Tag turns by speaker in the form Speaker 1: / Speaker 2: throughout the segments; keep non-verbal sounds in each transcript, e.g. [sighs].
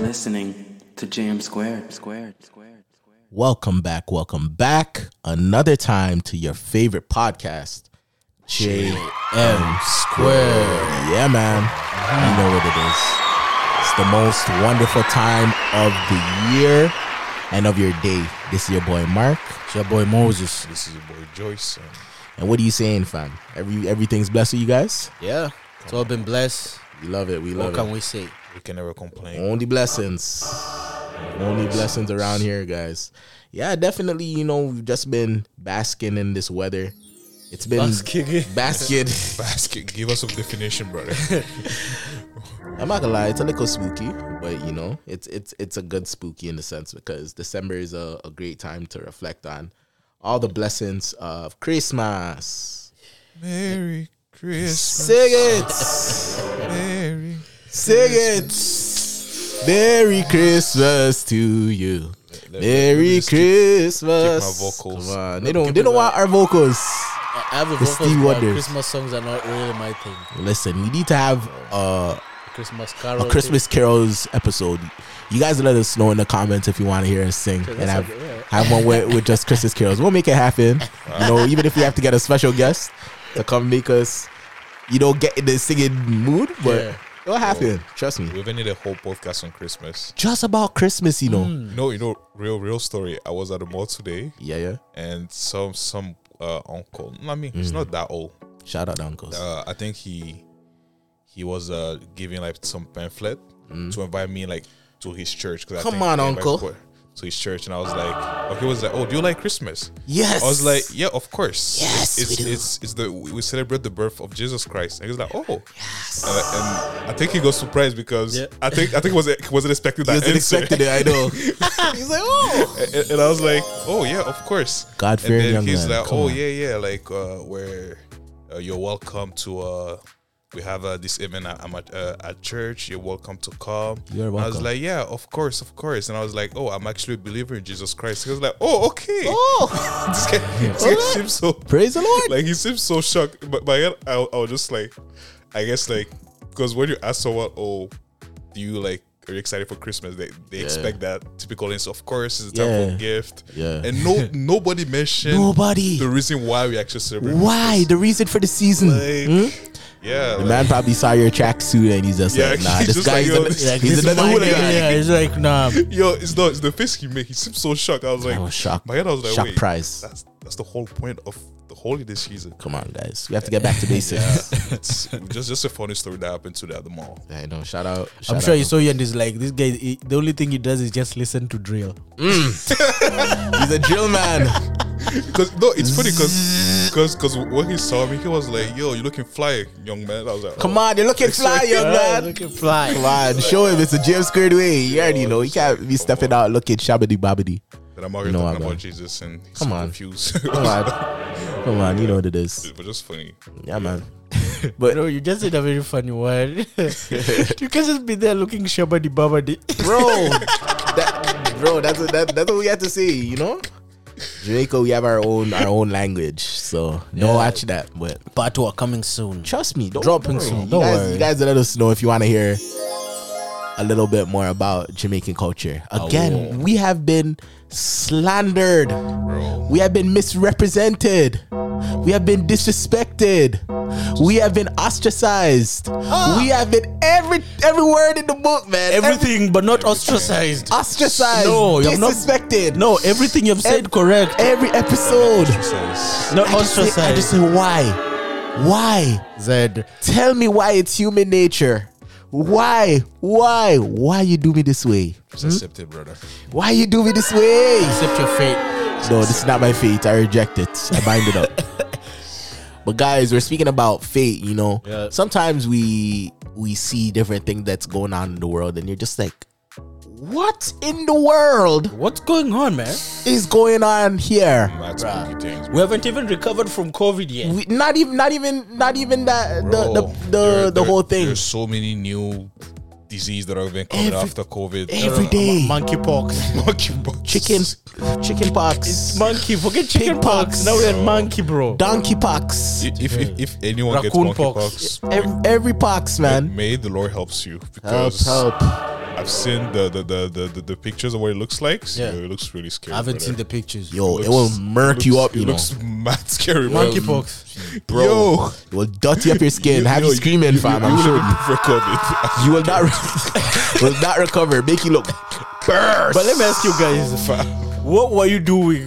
Speaker 1: listening to Jam Squared. Squared. Squared.
Speaker 2: Welcome back, welcome back another time to your favorite podcast, JM Square. Yeah, man. You know what it is. It's the most wonderful time of the year and of your day. This is your boy Mark.
Speaker 3: It's your boy Moses. This is your boy Joyce. and-
Speaker 2: And what are you saying, fam? Every everything's blessed with you guys?
Speaker 4: Yeah, it's all been blessed.
Speaker 2: We love it. We
Speaker 4: What
Speaker 2: love
Speaker 4: can
Speaker 2: it.
Speaker 4: we say?
Speaker 3: We can never complain. [laughs]
Speaker 2: Only blessings. Only blessings around here, guys. Yeah, definitely. You know, we've just been basking in this weather. It's been
Speaker 4: Basking.
Speaker 2: basket.
Speaker 3: Basket, give us some definition,
Speaker 4: [laughs]
Speaker 3: brother.
Speaker 2: I'm not gonna lie, it's a little spooky, but you know, it's it's it's a good spooky in the sense because December is a, a great time to reflect on all the blessings of Christmas.
Speaker 3: Merry Christmas.
Speaker 2: Sing it,
Speaker 3: Merry.
Speaker 2: sing it. Merry Christmas to you. Merry
Speaker 3: just keep-
Speaker 2: Christmas.
Speaker 3: keep my vocals.
Speaker 2: Come on, they don't they don't want our vocals.
Speaker 4: I have a
Speaker 2: The
Speaker 4: vocals,
Speaker 2: Steve
Speaker 4: but
Speaker 2: Wonders.
Speaker 4: Christmas songs are not really my thing.
Speaker 2: Listen, we need to have uh,
Speaker 4: Christmas carol.
Speaker 2: a
Speaker 4: thing.
Speaker 2: Christmas carols episode. You guys let us know in the comments if you want to hear us sing and
Speaker 4: that's
Speaker 2: have,
Speaker 4: okay, yeah.
Speaker 2: have one with, with just Christmas carols. We'll make it happen. You
Speaker 4: [laughs]
Speaker 2: know, even if we have to get a special guest to come make us, you know, get in the singing mood, but
Speaker 4: Yeah.
Speaker 2: it'll happen. Trust me.
Speaker 3: We even need a whole podcast on Christmas.
Speaker 2: Just about Christmas, you know.
Speaker 4: Hmm.
Speaker 3: No, you know, real, real story. I was at the mall today,
Speaker 2: Yeah, yeah.
Speaker 3: and some some uh, uncle. I mean, he's
Speaker 4: Hmm.
Speaker 3: not that old.
Speaker 2: Shout out to uncles.
Speaker 3: Uh, I think he he was uh, giving like some pamphlet
Speaker 4: Hmm.
Speaker 3: to invite me like to his church. 'cause I
Speaker 2: Come
Speaker 3: think
Speaker 2: on,
Speaker 3: they invite
Speaker 2: uncle.
Speaker 3: people To his church, and I was like, okay, he was like, oh, do you like Christmas?
Speaker 2: yes.
Speaker 3: I was like, yeah, of course.
Speaker 2: Yes,
Speaker 3: it's
Speaker 2: we do.
Speaker 3: it's it's the we celebrate the birth of Jesus Christ. And he's like, oh, yes. And, I- and I think he got surprised because
Speaker 4: Yeah.
Speaker 3: I think I think he was he wasn't expecting
Speaker 2: he
Speaker 3: that.
Speaker 2: wasn't
Speaker 3: answer.
Speaker 2: expecting it, I know. He's like, oh.
Speaker 3: [laughs] And, and I was like, oh yeah, of course.
Speaker 2: God-fearing
Speaker 3: And then
Speaker 2: young
Speaker 3: he's
Speaker 2: man,
Speaker 3: like,
Speaker 2: come
Speaker 3: oh
Speaker 2: on."
Speaker 3: yeah, yeah, like uh, where uh, you're welcome to. Uh, we have uh, this event at, I'm at, uh, at church. You're welcome to come.
Speaker 2: You're
Speaker 3: And I was
Speaker 2: welcome.
Speaker 3: like, yeah, of course, of course. And I was like, oh, I'm actually a believer in Jesus Christ. He was like, oh, okay.
Speaker 2: Oh.
Speaker 3: [laughs] This
Speaker 2: [laughs]
Speaker 3: guy, this guy [laughs] seems so
Speaker 2: Praise the Lord.
Speaker 3: like he seems so shocked. But by then, I, I was just like, I guess like because when you ask someone, oh, do you like are you excited for Christmas? They they expect that typical answer. Of course, it's the time
Speaker 2: Yeah.
Speaker 3: for gift.
Speaker 2: Yeah.
Speaker 3: and
Speaker 2: [laughs]
Speaker 3: no nobody mentioned
Speaker 2: Nobody.
Speaker 3: the reason why we actually celebrate.
Speaker 2: Why? The reason for the season.
Speaker 3: Like, Yeah,
Speaker 2: The
Speaker 3: like,
Speaker 2: man probably saw your tracksuit and he's just
Speaker 3: Yeah,
Speaker 2: like, nah,
Speaker 3: [laughs] he's
Speaker 2: this
Speaker 3: just
Speaker 2: guy
Speaker 3: like,
Speaker 2: is
Speaker 3: yo,
Speaker 2: an-
Speaker 3: this-
Speaker 2: like, he's
Speaker 4: This
Speaker 2: another
Speaker 4: my
Speaker 2: one.
Speaker 4: thing, Yeah, it's like nah.
Speaker 3: yo, it's not it's the face he make. He seems so shocked. I was like,
Speaker 2: I was shocked.
Speaker 3: My head, I was like,
Speaker 2: Shock
Speaker 3: wait,
Speaker 2: prize.
Speaker 3: That's that's the whole point of the holiday season.
Speaker 2: [laughs] Come on, guys. We have to get back to basics. [laughs]
Speaker 3: It's just just a funny story that happened today at the mall.
Speaker 2: I know. Shout out.
Speaker 4: I'm
Speaker 2: shout
Speaker 4: sure
Speaker 2: out.
Speaker 4: you saw you and is like this guy. he- the only thing he does is just listen to drill.
Speaker 2: He's a drill man.
Speaker 3: Cause no, it's funny because because because when he saw me, he was like, "Yo, you looking fly, young man." I was like,
Speaker 2: Come on, you're looking fly, young man.
Speaker 4: Look at fly.
Speaker 2: Come on, show him it's a James squared way. You already know. He can't be stepping out looking shabbity bobbity.
Speaker 3: "Oh, Then I'm already
Speaker 2: No, I'm
Speaker 3: talking
Speaker 2: not.
Speaker 3: about Jesus, and he's
Speaker 2: Come on.
Speaker 3: confused. [laughs]
Speaker 2: Come on. Come on, you know what it is.
Speaker 3: but just funny.
Speaker 2: Yeah, man.
Speaker 4: No, you just said a very funny word. [laughs] you can just be there looking shabadi babadi. [laughs]
Speaker 2: Bro, that, bro, that's what, that, that's what we have to say, you know? Draco, we have our own our own language, so no watch that. But
Speaker 4: Part two are coming soon.
Speaker 2: Trust me, don't
Speaker 4: Dropping
Speaker 2: worry.
Speaker 4: soon,
Speaker 2: You
Speaker 4: don't
Speaker 2: guys,
Speaker 4: worry.
Speaker 2: you guys let us know if you want to hear a little bit more about Jamaican culture. Again, we have been slandered. We have been misrepresented. We have been disrespected. We have been ostracized. We have been every every word in the book, man. Every-
Speaker 4: Ah. Everything, but not ostracized.
Speaker 2: ostracized.
Speaker 4: No, you have not-
Speaker 2: disrespected.
Speaker 4: No, everything you've said
Speaker 2: Ev-
Speaker 4: correct.
Speaker 2: every episode.
Speaker 3: Says,
Speaker 4: Not
Speaker 2: I just, say, I just
Speaker 4: ostracized.
Speaker 2: say why, why.
Speaker 4: Zed.
Speaker 2: Tell me why it's human nature. Why? Why? Why you do me this way?
Speaker 3: just accept it, brother.
Speaker 2: Why you do me this way?
Speaker 4: Accept your fate.
Speaker 2: No, this is not my fate. I reject it. I bind it up.
Speaker 3: [laughs]
Speaker 2: but guys, we're speaking about fate, you know.
Speaker 4: Yeah.
Speaker 2: Sometimes we we see different things that's going on in the world and you're just like, what in the world
Speaker 4: What's going on, man?
Speaker 2: is going on here?
Speaker 3: Mad spooky things.
Speaker 4: We haven't even recovered from COVID yet.
Speaker 2: We, not even not even not even that the
Speaker 3: bro.
Speaker 2: the the,
Speaker 3: There-
Speaker 2: the
Speaker 3: there-
Speaker 2: whole thing.
Speaker 3: There's so many new diseases that have been coming
Speaker 2: Every-
Speaker 3: after COVID.
Speaker 2: Every day.
Speaker 4: Uh, Monkeypox.
Speaker 3: [laughs] Monkeypox.
Speaker 2: Chicken chicken pox.
Speaker 4: Monkey, forget chicken
Speaker 2: pox.
Speaker 4: pox. Now we're at monkey, bro.
Speaker 2: donkey pox.
Speaker 3: If if, if anyone gets
Speaker 4: Raccoon pox.
Speaker 3: monkeypox,
Speaker 2: Every, every pox, man.
Speaker 3: may the Lord helps you because
Speaker 2: Help, help.
Speaker 3: I've seen the the, the, the, the the pictures of what it looks like. So
Speaker 4: Yeah.
Speaker 3: it looks really scary.
Speaker 4: I haven't seen
Speaker 3: brother.
Speaker 4: the pictures.
Speaker 2: Yo, it,
Speaker 3: Looks-
Speaker 2: will murk you
Speaker 3: looks-
Speaker 2: up, you
Speaker 3: it
Speaker 2: know.
Speaker 3: looks mad scary, bro.
Speaker 4: monkeypox.
Speaker 3: bro.
Speaker 2: Yo, it will dirty up your skin, have you,
Speaker 3: yo,
Speaker 2: screaming, fam.
Speaker 3: You,
Speaker 2: I'm
Speaker 3: you
Speaker 2: sure
Speaker 3: should record it. [laughs]
Speaker 2: you will not re- [laughs] will not recover. Make you look burst.
Speaker 4: But
Speaker 3: [laughs]
Speaker 4: let me ask you guys,
Speaker 3: Fam.
Speaker 4: what were you doing?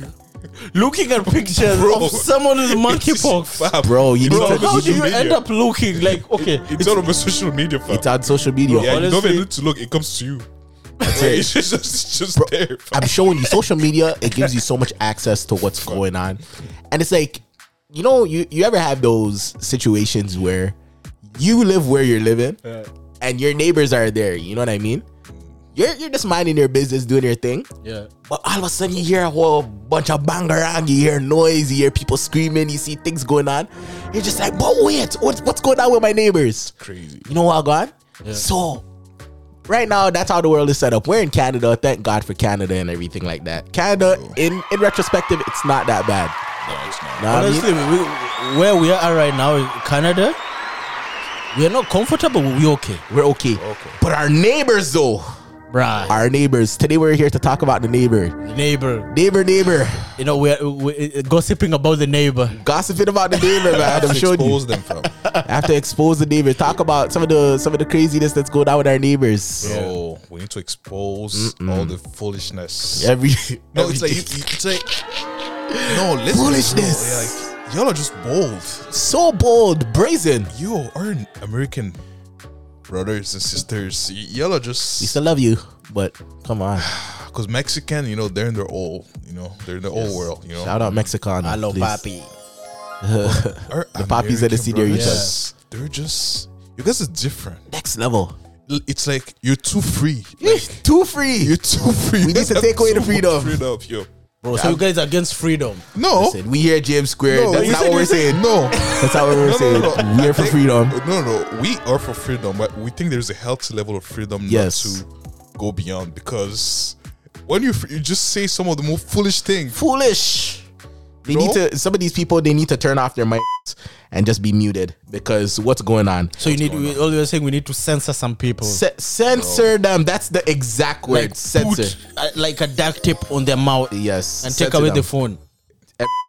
Speaker 4: Looking at pictures
Speaker 3: Bro.
Speaker 4: of
Speaker 2: [laughs]
Speaker 4: someone with monkeypox.
Speaker 3: Fam.
Speaker 2: Bro, you
Speaker 3: Bro,
Speaker 2: need
Speaker 4: Bro,
Speaker 3: it's
Speaker 2: to.
Speaker 4: how
Speaker 3: on
Speaker 4: do you
Speaker 3: social
Speaker 4: end
Speaker 3: media.
Speaker 4: up looking like okay?
Speaker 3: It's all over social media,
Speaker 2: [laughs]
Speaker 3: fam.
Speaker 2: It's on social media.
Speaker 3: yeah, you don't
Speaker 4: honestly-
Speaker 3: even need to look. It comes to you. [laughs] It's just, it's just there. Fam.
Speaker 2: I'm showing you social media. It gives you so much access to what's going on, and it's like, you know, you you ever have those situations where you live where you're living, and your neighbors are there. You know what I mean? You're you're just minding your business, doing your thing,
Speaker 4: yeah.
Speaker 2: but all of a sudden you hear a whole bunch of bangarang. You hear noise. You hear people screaming. You see things going on. You're just like, but wait, what's what's going on with my neighbors?
Speaker 3: Crazy.
Speaker 2: You know what, God? So, right now, that's how the world is set up. We're in Canada. Thank God for Canada and everything like that. Canada, in, in retrospective, it's not that bad.
Speaker 3: No, it's not.
Speaker 2: Know what I mean?
Speaker 4: Honestly, we, where we are right now in Canada, we are not comfortable. but We okay,
Speaker 2: We're okay.
Speaker 3: Okay.
Speaker 2: But our neighbors, though,
Speaker 4: bruh.
Speaker 2: our neighbors. Today, we're here to talk about the neighbor.
Speaker 4: neighbor,
Speaker 2: Neighbor, neighbor.
Speaker 4: you know, we are we, uh, gossiping about the neighbor.
Speaker 2: Gossiping about the neighbor, man. I'm
Speaker 3: To
Speaker 2: showing you.
Speaker 3: expose them,
Speaker 2: [laughs]
Speaker 3: fam.
Speaker 2: I have to expose the neighbor. Talk about some of the some of the craziness that's going on with our neighbors.
Speaker 3: Bro, we need to expose all the foolishness.
Speaker 2: Every [laughs]
Speaker 3: No, it's like you,
Speaker 2: every-
Speaker 3: you- it's like no listen,
Speaker 2: Foolishness.
Speaker 3: bro. Yeah, like, y'all are just bold.
Speaker 2: so bold, brazen.
Speaker 3: You are an American brothers and sisters. Y- Y'all are
Speaker 2: We
Speaker 3: just
Speaker 2: still love you, but come
Speaker 3: [sighs]
Speaker 2: on.
Speaker 3: because Mexican. You know they're in their old. You know they're in the old world. You know
Speaker 2: Shout out Mexicano.
Speaker 4: Hello,
Speaker 2: please.
Speaker 4: papi.
Speaker 3: Our
Speaker 2: the poppies at the
Speaker 3: American
Speaker 2: senior
Speaker 3: brothers,
Speaker 4: eaters.
Speaker 3: They're just you guys are different.
Speaker 2: Next level.
Speaker 3: L- It's like you're
Speaker 2: [laughs]
Speaker 3: too free. Like,
Speaker 2: Too free.
Speaker 3: [laughs] you're too free.
Speaker 2: We need
Speaker 3: [laughs]
Speaker 2: to take away the freedom.
Speaker 3: Freedom, yo.
Speaker 4: Bro, so you guys are against freedom.
Speaker 3: No,
Speaker 2: Listen, we here at James Square.
Speaker 3: No,
Speaker 2: that's
Speaker 3: you
Speaker 2: not
Speaker 3: said-
Speaker 2: what
Speaker 3: you
Speaker 2: we're
Speaker 3: said-
Speaker 2: saying. [laughs]
Speaker 3: no. [laughs]
Speaker 2: That's not what we're saying. We're for
Speaker 3: I think-
Speaker 2: freedom.
Speaker 3: No, no, we are for freedom, but we think there's a healthy level of freedom
Speaker 2: Yes.
Speaker 3: not to go beyond because when you fr- you just say some of the most foolish things.
Speaker 2: Foolish. They
Speaker 3: No.
Speaker 2: need to. Some of these people, they need to turn off their mics and just be muted because what's going on?
Speaker 4: So you need. We, all you are saying we need to censor some people.
Speaker 3: Oh.
Speaker 2: C- censor them. That's the exact word.
Speaker 4: like
Speaker 2: censor.
Speaker 4: put uh, like a duct tape on their mouth
Speaker 2: Yes.
Speaker 4: and
Speaker 2: censor
Speaker 4: take away
Speaker 2: them.
Speaker 4: the phone.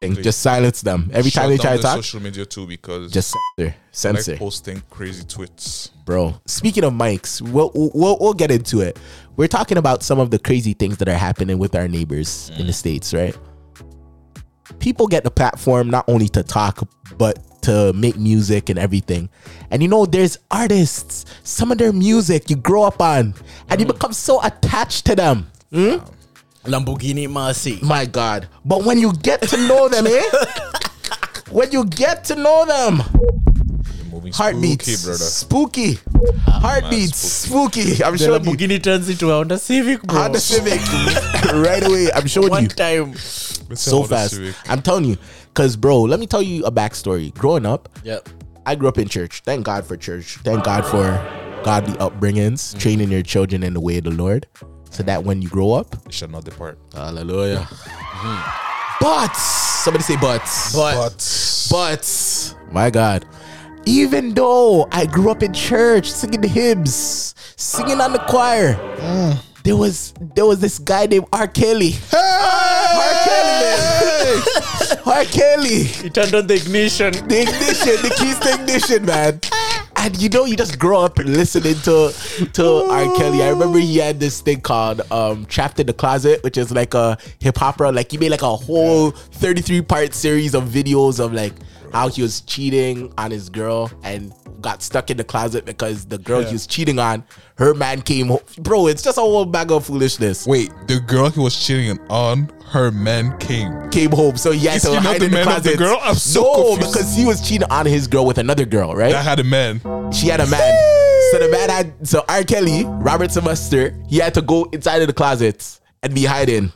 Speaker 2: Everything. Just silence them. Every
Speaker 3: Shut
Speaker 2: time they
Speaker 3: down
Speaker 2: try to
Speaker 3: their
Speaker 2: talk,
Speaker 3: social media too because
Speaker 2: just censor.
Speaker 3: like
Speaker 2: Censor.
Speaker 3: posting crazy tweets.
Speaker 2: bro. Speaking of mics, we'll, we'll we'll get into it. We're talking about some of the crazy things that are happening with our neighbors
Speaker 3: Mm.
Speaker 2: in the states, right? People get the platform not only to talk but to make music and everything. And you know, there's artists. Some of their music you grow up on, and you
Speaker 3: Mm.
Speaker 2: become so attached to them.
Speaker 4: Lamborghini Mercy.
Speaker 2: My God! But when you get to know them,
Speaker 3: [laughs]
Speaker 2: eh? When you get to know them,
Speaker 3: You're moving
Speaker 2: heartbeats,
Speaker 3: spooky, brother.
Speaker 2: spooky, heartbeats, spooky. I'm
Speaker 4: The
Speaker 2: showing you.
Speaker 4: Lamborghini turns into a Honda Civic, bro.
Speaker 2: Honda Civic
Speaker 3: [laughs]
Speaker 2: right away. I'm showing
Speaker 4: One
Speaker 2: you
Speaker 4: time.
Speaker 3: Listen,
Speaker 2: so
Speaker 3: Honda
Speaker 2: fast.
Speaker 3: Civic.
Speaker 2: I'm telling you, cause bro, let me tell you a backstory. Growing up,
Speaker 4: Yeah.
Speaker 2: I grew up in church. Thank God for church. Thank God for godly upbringings,
Speaker 3: Mm.
Speaker 2: training your children in the way of the Lord, so that when you grow up,
Speaker 3: They shall not depart.
Speaker 2: hallelujah. But somebody say but.
Speaker 4: But,
Speaker 3: But
Speaker 2: But my God, even though I grew up in church singing the hymns, singing on the choir, there was there was this guy named R. Kelly. R. Kelly, man. [laughs] R. Kelly.
Speaker 4: he turned on the ignition.
Speaker 2: The ignition, the keys to ignition, man. And you know, you just grow up listening to to R. Kelly. I remember he had this thing called um, "Trapped in the Closet," which is like a hip opera. Like he made like a whole thirty three part series of videos of like how he was cheating on his girl and got stuck in the closet because the girl he was cheating on, her man came. Ho- Bro, it's just a whole bag of foolishness.
Speaker 3: wait, the girl he was cheating on, her man came.
Speaker 2: Came home, so he had
Speaker 3: Is
Speaker 2: to
Speaker 3: he not
Speaker 2: hide
Speaker 3: the
Speaker 2: in the
Speaker 3: man of the
Speaker 2: closet.
Speaker 3: girl? I'm so
Speaker 2: no,
Speaker 3: confused.
Speaker 2: because he was cheating on his girl with another girl, right?
Speaker 3: That had a man.
Speaker 2: she had a man. so the man had so R. Kelly, Robert Sylvester, he had to go inside of the closet and be hiding.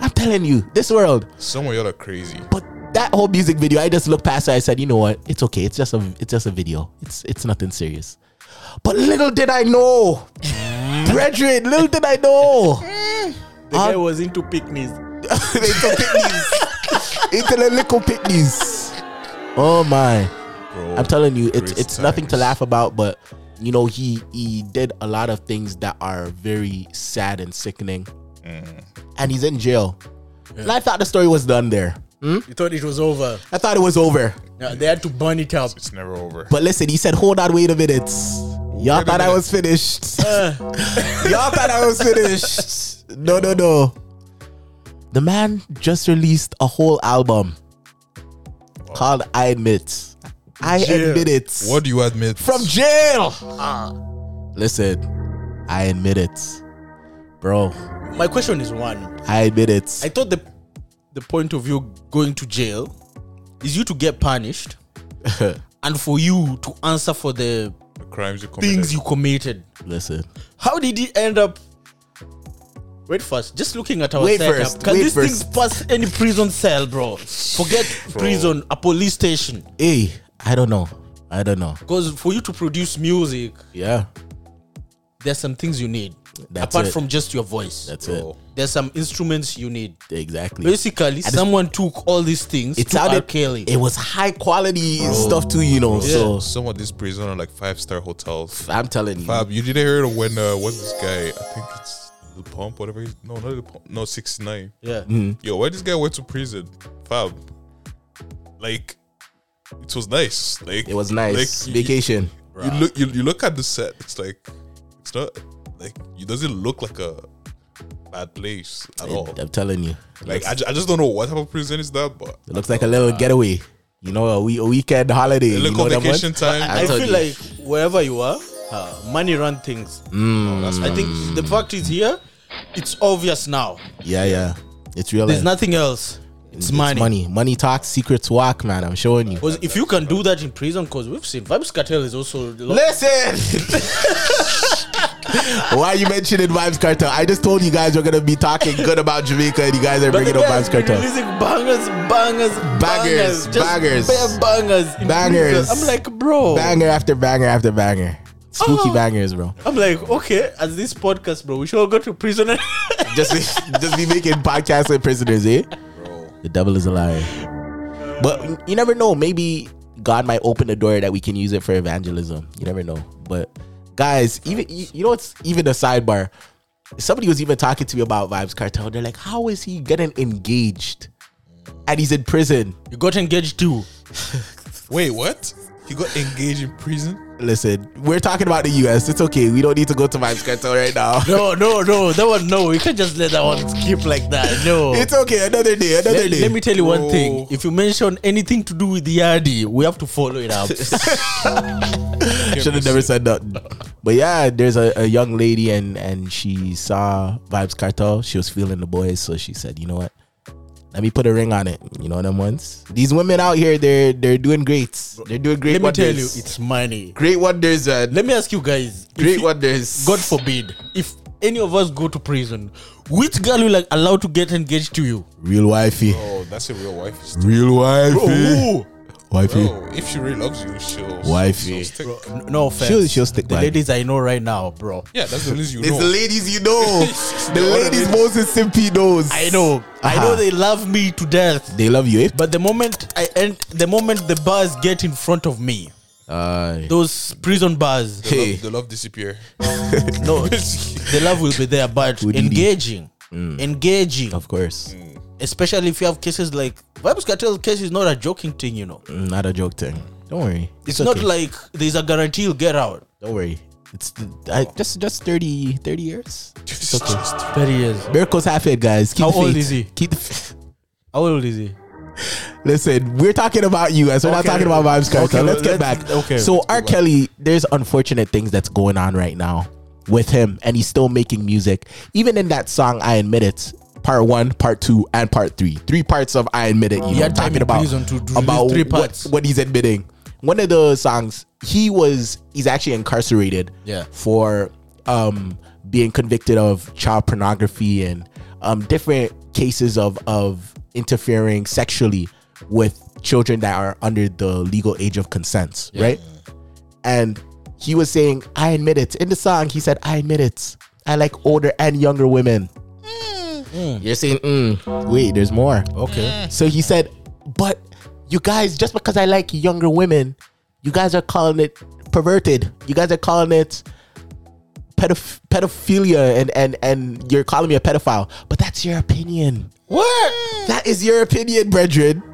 Speaker 2: I'm telling you, this world.
Speaker 3: Some of y'all are crazy.
Speaker 2: But that whole music video, I just looked past it. I said, you know what? It's okay. It's just a it's just a video. It's it's nothing serious. But little did I know, brethren. Little did I know.
Speaker 4: The
Speaker 2: Uh,
Speaker 4: guy was into picnics.
Speaker 2: they took picnics. Into the little picnics. Oh my.
Speaker 3: Bro,
Speaker 2: I'm telling you, it's
Speaker 3: Great
Speaker 2: it's nothing to
Speaker 3: times.
Speaker 2: laugh about, but you know he he did a lot of things that are very sad and sickening
Speaker 3: Mm.
Speaker 2: and he's in jail and i thought the story was done there
Speaker 4: You thought it was over.
Speaker 2: i thought it was over
Speaker 4: Yeah, they had to burn it up.
Speaker 3: It's never over.
Speaker 2: but listen he said hold on wait a minute y'all
Speaker 3: Wait a
Speaker 2: thought i
Speaker 3: minute.
Speaker 2: was finished [laughs] y'all thought i was finished no no no the man just released a whole album called i admit i
Speaker 4: Jail.
Speaker 2: admit it
Speaker 3: what do you admit?
Speaker 2: from jail. Listen, I admit it, bro.
Speaker 4: My question is one.
Speaker 2: I admit it.
Speaker 4: I thought the the point of you going to jail is you to get [laughs] punished and for you to answer for the
Speaker 3: the crimes you committed.
Speaker 4: things you committed.
Speaker 2: Listen,
Speaker 4: How did he end up? Wait first. Just looking at our
Speaker 2: Wait
Speaker 4: setup,
Speaker 2: first,
Speaker 4: can
Speaker 2: wait
Speaker 4: these things
Speaker 2: first.
Speaker 4: pass any prison cell,
Speaker 2: [laughs]
Speaker 4: bro? Forget prison, a police station.
Speaker 2: hey, I don't know. I don't know.
Speaker 4: Because for you to produce music,
Speaker 2: Yeah,
Speaker 4: there's some things you need
Speaker 2: That's
Speaker 4: apart
Speaker 2: it.
Speaker 4: from just your voice.
Speaker 2: that's
Speaker 4: there's some instruments you need.
Speaker 2: it. Exactly.
Speaker 4: Basically, someone took all these things
Speaker 2: It
Speaker 4: to R.
Speaker 2: sounded.
Speaker 4: Kelly.
Speaker 2: It was high quality stuff too, you know.
Speaker 3: So
Speaker 2: So
Speaker 3: Oh, some of these prisons are like five star hotels.
Speaker 2: I'm telling you,
Speaker 3: Fab, you didn't hear when uh, what's this guy? I think it's the pump, whatever. He's, no, not the pump. No, sixty nine.
Speaker 4: yeah.
Speaker 2: Mm,
Speaker 3: Yo, why this guy went to prison? Fab, like it was nice. Like
Speaker 2: it was nice
Speaker 3: Like, you-
Speaker 2: vacation.
Speaker 3: You, look, you, you look at the set. It's like it's not like it doesn't look like a bad place at all.
Speaker 2: I'm telling you,
Speaker 3: Like I, ju- I just don't know what type of prison is
Speaker 2: [laughs]
Speaker 3: that, but
Speaker 2: it looks like a little getaway. You know, a, we- a weekend holiday.
Speaker 3: a
Speaker 2: you
Speaker 3: little
Speaker 2: know what I mean?
Speaker 3: vacation time.
Speaker 2: I
Speaker 4: I,
Speaker 2: told
Speaker 4: feel
Speaker 2: you.
Speaker 4: like wherever you are, uh, money run things.
Speaker 2: Mm.
Speaker 3: Oh, that's
Speaker 4: I
Speaker 3: fine.
Speaker 4: think the fact is here, it's obvious now.
Speaker 2: Yeah, yeah. It's real.
Speaker 4: There's
Speaker 2: life.
Speaker 4: nothing else. It's, money.
Speaker 2: money. Money talks, secrets walk, man. I'm showing you.
Speaker 4: Because if you can do that in prison, because we've seen Vibes Cartel is also.
Speaker 2: Listen. [laughs] Why are you mentioning Vibes Cartel? I just told you guys we're gonna be talking good about Jamaica, and you guys are
Speaker 4: But
Speaker 2: bringing
Speaker 4: the
Speaker 2: up
Speaker 4: guy has
Speaker 2: Vibes
Speaker 4: been
Speaker 2: Cartel.
Speaker 4: Releasing bangers, bangers,
Speaker 2: Bangers,
Speaker 4: bangers, just
Speaker 2: bangers.
Speaker 4: bare bangers, in
Speaker 2: Bangers.
Speaker 4: prison. I'm like, bro.
Speaker 2: Banger after banger after banger, spooky
Speaker 4: Oh.
Speaker 2: bangers, bro.
Speaker 4: I'm like, okay, as this podcast, bro, we should all go to prison. and- [laughs]
Speaker 2: Just, just be making podcasts with prisoners, eh? The devil is a liar. But you never know. Maybe God might open a door that we can use it for evangelism. You never know. But guys, even you you know it's even a sidebar. Somebody was even talking to me about Vibes Cartel. They're like, how is he getting engaged? And he's in prison.
Speaker 4: you got engaged too.
Speaker 3: Wait, what? He got engaged in prison?
Speaker 2: Listen, we're talking about the US. It's okay. We don't need to go to Vibes Cartel right now.
Speaker 4: No, no, no, that one, no. You can't just let that one skip like that. No.
Speaker 2: [laughs] It's okay. Another day. Another
Speaker 4: let,
Speaker 2: day.
Speaker 4: let me tell you one thing.
Speaker 3: Bro.
Speaker 4: If you mention anything to do with the Yardi, we have to follow
Speaker 2: [laughs]
Speaker 4: it up.
Speaker 2: Should have never said nothing. [laughs] But yeah, there's a, a young lady and and she saw Vibes Cartel. She was feeling the boys, so she said, you know what? Let me put a ring on it. You know them ones. These women out here, they're they're doing great. They're doing great
Speaker 4: let me
Speaker 2: wonders.
Speaker 4: tell you, it's money.
Speaker 2: great wonders, man.
Speaker 4: Let me ask you guys. if
Speaker 2: Great
Speaker 4: you-
Speaker 2: wonders.
Speaker 4: God forbid, if any of us go to prison, which girl will like allow to get engaged to you?
Speaker 2: real wifey,
Speaker 3: Oh, that's a real wife.
Speaker 2: real wifey,
Speaker 4: Ooh.
Speaker 2: wifey.
Speaker 3: Bro, if she really loves you, she'll
Speaker 2: Wifey.
Speaker 3: she'll stick.
Speaker 4: N- No offense.
Speaker 2: She'll- she'll stick
Speaker 4: the
Speaker 2: by it.
Speaker 4: ladies I know right now, bro.
Speaker 3: Yeah, that's the least you
Speaker 2: It's
Speaker 3: know.
Speaker 2: the ladies you [laughs] know. the
Speaker 3: know what I
Speaker 2: ladies
Speaker 3: mean?
Speaker 2: Moses Simpy knows.
Speaker 4: I know. I
Speaker 2: Uh-huh.
Speaker 4: know they love me to death.
Speaker 2: They love you, eh?
Speaker 4: But the moment I end, the moment the bars get in front of me,
Speaker 2: Uh,
Speaker 4: those prison bars,
Speaker 3: the,
Speaker 2: [laughs] Hey.
Speaker 3: love, the love disappear.
Speaker 4: no, the love will be there. But
Speaker 2: Houdini.
Speaker 4: engaging, engaging,
Speaker 2: Mm. of course.
Speaker 4: especially if you have cases like Vibes Cartel case is not a joking thing, you know.
Speaker 2: Not a joke thing. Don't worry.
Speaker 4: It's,
Speaker 2: Mm. okay.
Speaker 4: not like there's a guarantee you'll get out.
Speaker 2: Don't worry. It's I,
Speaker 4: Oh.
Speaker 2: just just 30, 30 years.
Speaker 3: Just, [laughs] just-
Speaker 4: Thirty years.
Speaker 2: Miracles happen, guys. Keep
Speaker 4: How
Speaker 2: the
Speaker 4: old
Speaker 2: faith.
Speaker 4: is he?
Speaker 2: Keep the f-
Speaker 4: How old is he?
Speaker 2: Listen, we're talking about you guys. We're not
Speaker 4: Okay.
Speaker 2: talking about vibes, guys.
Speaker 4: Okay,
Speaker 2: so let's
Speaker 4: let's-
Speaker 2: get back.
Speaker 4: okay.
Speaker 2: So R. Kelly, there's unfortunate things that's going on right now with him, and he's still making music. Even in that song, I admit it. Part one, part two, and part three. Three parts of I admit it. You know,
Speaker 4: had time
Speaker 2: talking
Speaker 4: in
Speaker 2: about
Speaker 4: prison to do
Speaker 2: about
Speaker 4: these three
Speaker 2: what-
Speaker 4: parts.
Speaker 2: what he's admitting. One of the songs, he was he's actually incarcerated
Speaker 4: Yeah.
Speaker 2: for um being convicted of child pornography and um different cases of of interfering sexually with children that are under the legal age of consent, right? And he was saying, I admit it. In the song, he said, I admit it. I like older and younger women. You're saying, mm. wait, there's more.
Speaker 4: Okay.
Speaker 2: So he said, but you guys, just because I like younger women, you guys are calling it perverted. You guys are calling it pedoph- pedophilia, and and and you're calling me a pedophile. But that's your opinion.
Speaker 4: What?
Speaker 2: That is your opinion, brethren.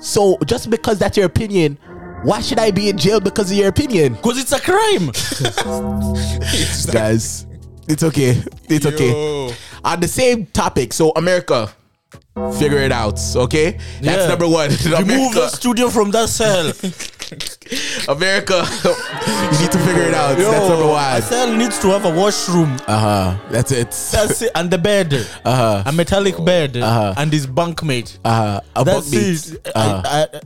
Speaker 2: So just because that's your opinion, why should I be in jail because of your opinion,
Speaker 4: Because it's
Speaker 2: [laughs]
Speaker 4: a crime.
Speaker 3: It's like,
Speaker 2: guys? It's okay. It's okay.
Speaker 3: yo,
Speaker 2: On the same topic, so America, figure it out. Okay, that's
Speaker 4: Yeah.
Speaker 2: number one. [laughs]
Speaker 4: Remove
Speaker 2: America.
Speaker 4: the studio from that
Speaker 2: [laughs]
Speaker 4: cell.
Speaker 2: America, [laughs] you need to figure it out.
Speaker 4: Yo,
Speaker 2: that's number
Speaker 4: A
Speaker 2: one.
Speaker 4: cell needs to have a washroom.
Speaker 2: Uh huh. That's it.
Speaker 4: That's it. And the bed. Uh-huh. A metallic bed. Uh-huh. And his bunkmate.
Speaker 2: Uh, a
Speaker 4: That's
Speaker 2: bunkmate.
Speaker 4: it.
Speaker 2: Uh-huh.
Speaker 4: I, I,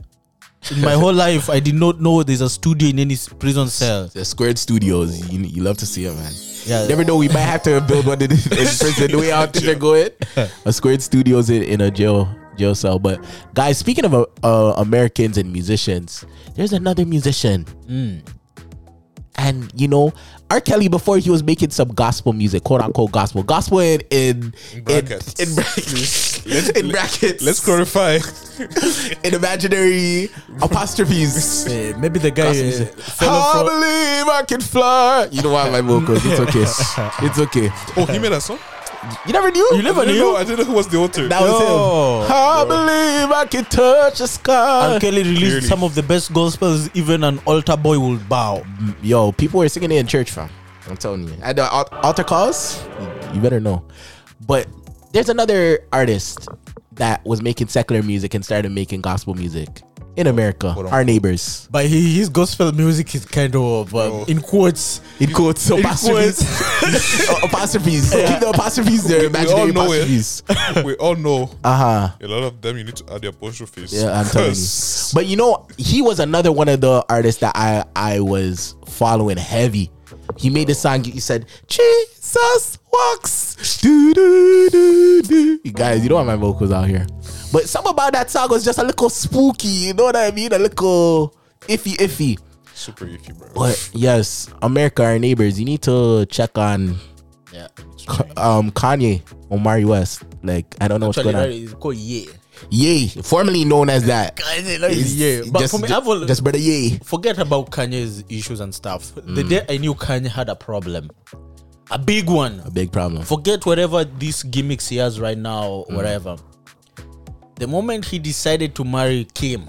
Speaker 4: in my whole life, I did not know there's a studio in any s- prison cell.
Speaker 2: The Squared Studios. You, you love to see it, man.
Speaker 4: Yeah.
Speaker 2: Never know. We might have to build one in, in prison. The way out things are going. A Squared Studios in, in a jail jail cell. But guys, speaking of uh, uh, Americans and musicians, there's another musician. And you know, R. Kelly before he was making some gospel music, quote unquote gospel, gospel in in in
Speaker 3: Brackets.
Speaker 2: in, brackets. [laughs] in brackets.
Speaker 3: Let's
Speaker 2: [laughs]
Speaker 3: clarify.
Speaker 2: in imaginary apostrophes.
Speaker 4: Uh, maybe the guy.
Speaker 2: Gospel
Speaker 4: Uh,
Speaker 2: music.
Speaker 4: fellow
Speaker 2: I
Speaker 4: from-
Speaker 2: believe I can fly. You know why my vocals? It's [laughs] okay. It's okay.
Speaker 3: Oh, he made a song.
Speaker 2: You never knew.
Speaker 4: you never
Speaker 3: I didn't know.
Speaker 4: knew.
Speaker 3: I didn't know who was the author.
Speaker 2: That was
Speaker 4: Yo.
Speaker 2: him. I believe I can touch the sky.
Speaker 4: R. Kelly released
Speaker 3: Clearly.
Speaker 4: some of the best gospels, even an altar boy will bow.
Speaker 2: Yo, people were singing it in church, fam. I'm telling you. At the al- altar calls, you better know. But there's another artist that was making secular music and started making gospel music in America. Our neighbors.
Speaker 4: But he, his gospel music is kind of, um,
Speaker 2: Oh.
Speaker 3: Yo.
Speaker 4: in quotes,
Speaker 2: In quotes,
Speaker 3: [laughs]
Speaker 2: apostrophes. apostrophes. Keep the apostrophes there.
Speaker 3: We- we all
Speaker 2: Imaginary
Speaker 3: know it.
Speaker 2: apostrophes.
Speaker 3: [laughs] we all know
Speaker 2: Uh huh.
Speaker 3: a lot of them. You need to add the apostrophes.
Speaker 2: Yeah, I'm telling
Speaker 3: [laughs]
Speaker 2: you.
Speaker 3: 'Cause
Speaker 2: But you know, he was another one of the artists that I I was following heavy. He made this song. He said, "Jesus walks." Do, do, do, do. You guys, you don't have my vocals out here, but some about that song was just a little spooky. You know what I mean? A little iffy, iffy.
Speaker 3: super iffy, bro.
Speaker 2: But yes, America, our neighbors, you need to check on
Speaker 4: yeah,
Speaker 2: um Kanye Omari West. Like I don't know what's going on.
Speaker 4: it's called yeah.
Speaker 2: Yay, formerly known as that. It's
Speaker 4: yeah. But
Speaker 2: just,
Speaker 4: for me,
Speaker 2: ju-
Speaker 4: I've al-
Speaker 2: just brother Yay.
Speaker 4: forget about Kanye's issues and stuff.
Speaker 2: Mm.
Speaker 4: The day I knew Kanye had a problem, a big one.
Speaker 2: big problem.
Speaker 4: Forget whatever these gimmicks he has right now,
Speaker 2: Mm.
Speaker 4: whatever. The moment he decided to marry Kim,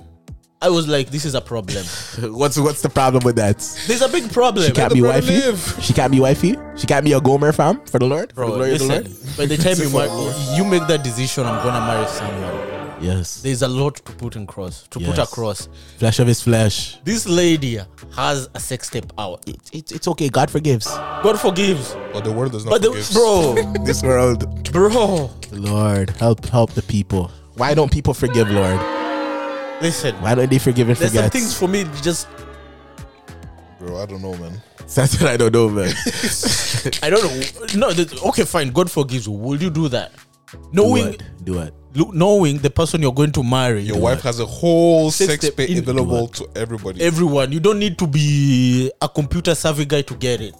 Speaker 4: I was like, this is a
Speaker 2: [laughs]
Speaker 4: problem.
Speaker 2: What's what's the problem with that?
Speaker 4: There's a big problem.
Speaker 2: She can't
Speaker 3: the
Speaker 2: be
Speaker 3: brother
Speaker 2: wifey.
Speaker 3: live?
Speaker 2: She can't be wifey. She can't be a Gomer fam for the Lord. for the
Speaker 4: Bro,
Speaker 2: glory of the
Speaker 4: listen,
Speaker 2: Lord.
Speaker 4: by the
Speaker 2: [laughs]
Speaker 4: time you,
Speaker 3: For the
Speaker 4: mar- you make that decision, I'm gonna marry someone.
Speaker 2: Yes.
Speaker 4: There's a lot to put in cross to put
Speaker 2: Yes.
Speaker 4: across.
Speaker 2: Flesh of his flesh.
Speaker 4: This lady has a sex tape out.
Speaker 2: It, it, it's okay. God forgives.
Speaker 4: God forgives,
Speaker 3: But the world does not.
Speaker 4: but the
Speaker 2: [laughs]
Speaker 3: forgive.
Speaker 4: bro,
Speaker 2: this world.
Speaker 4: bro,
Speaker 2: Lord, help help the people. Why don't people forgive, Lord?
Speaker 4: listen.
Speaker 2: Why don't they forgive and
Speaker 4: There's
Speaker 2: forget?
Speaker 4: some things for me just
Speaker 3: bro, I don't know, man.
Speaker 2: [laughs] That's what I don't know,
Speaker 4: [laughs]
Speaker 2: man.
Speaker 4: I don't know. No, th- okay, fine. God forgives you. Will you do that? Knowing,
Speaker 2: Do it.
Speaker 4: lo- knowing the person you're going to marry,
Speaker 3: Your wife has a whole
Speaker 4: Sex
Speaker 3: sex
Speaker 4: tape
Speaker 3: pay
Speaker 4: in-
Speaker 3: available to everybody.
Speaker 4: everyone. You don't need to be a computer savvy guy to get it.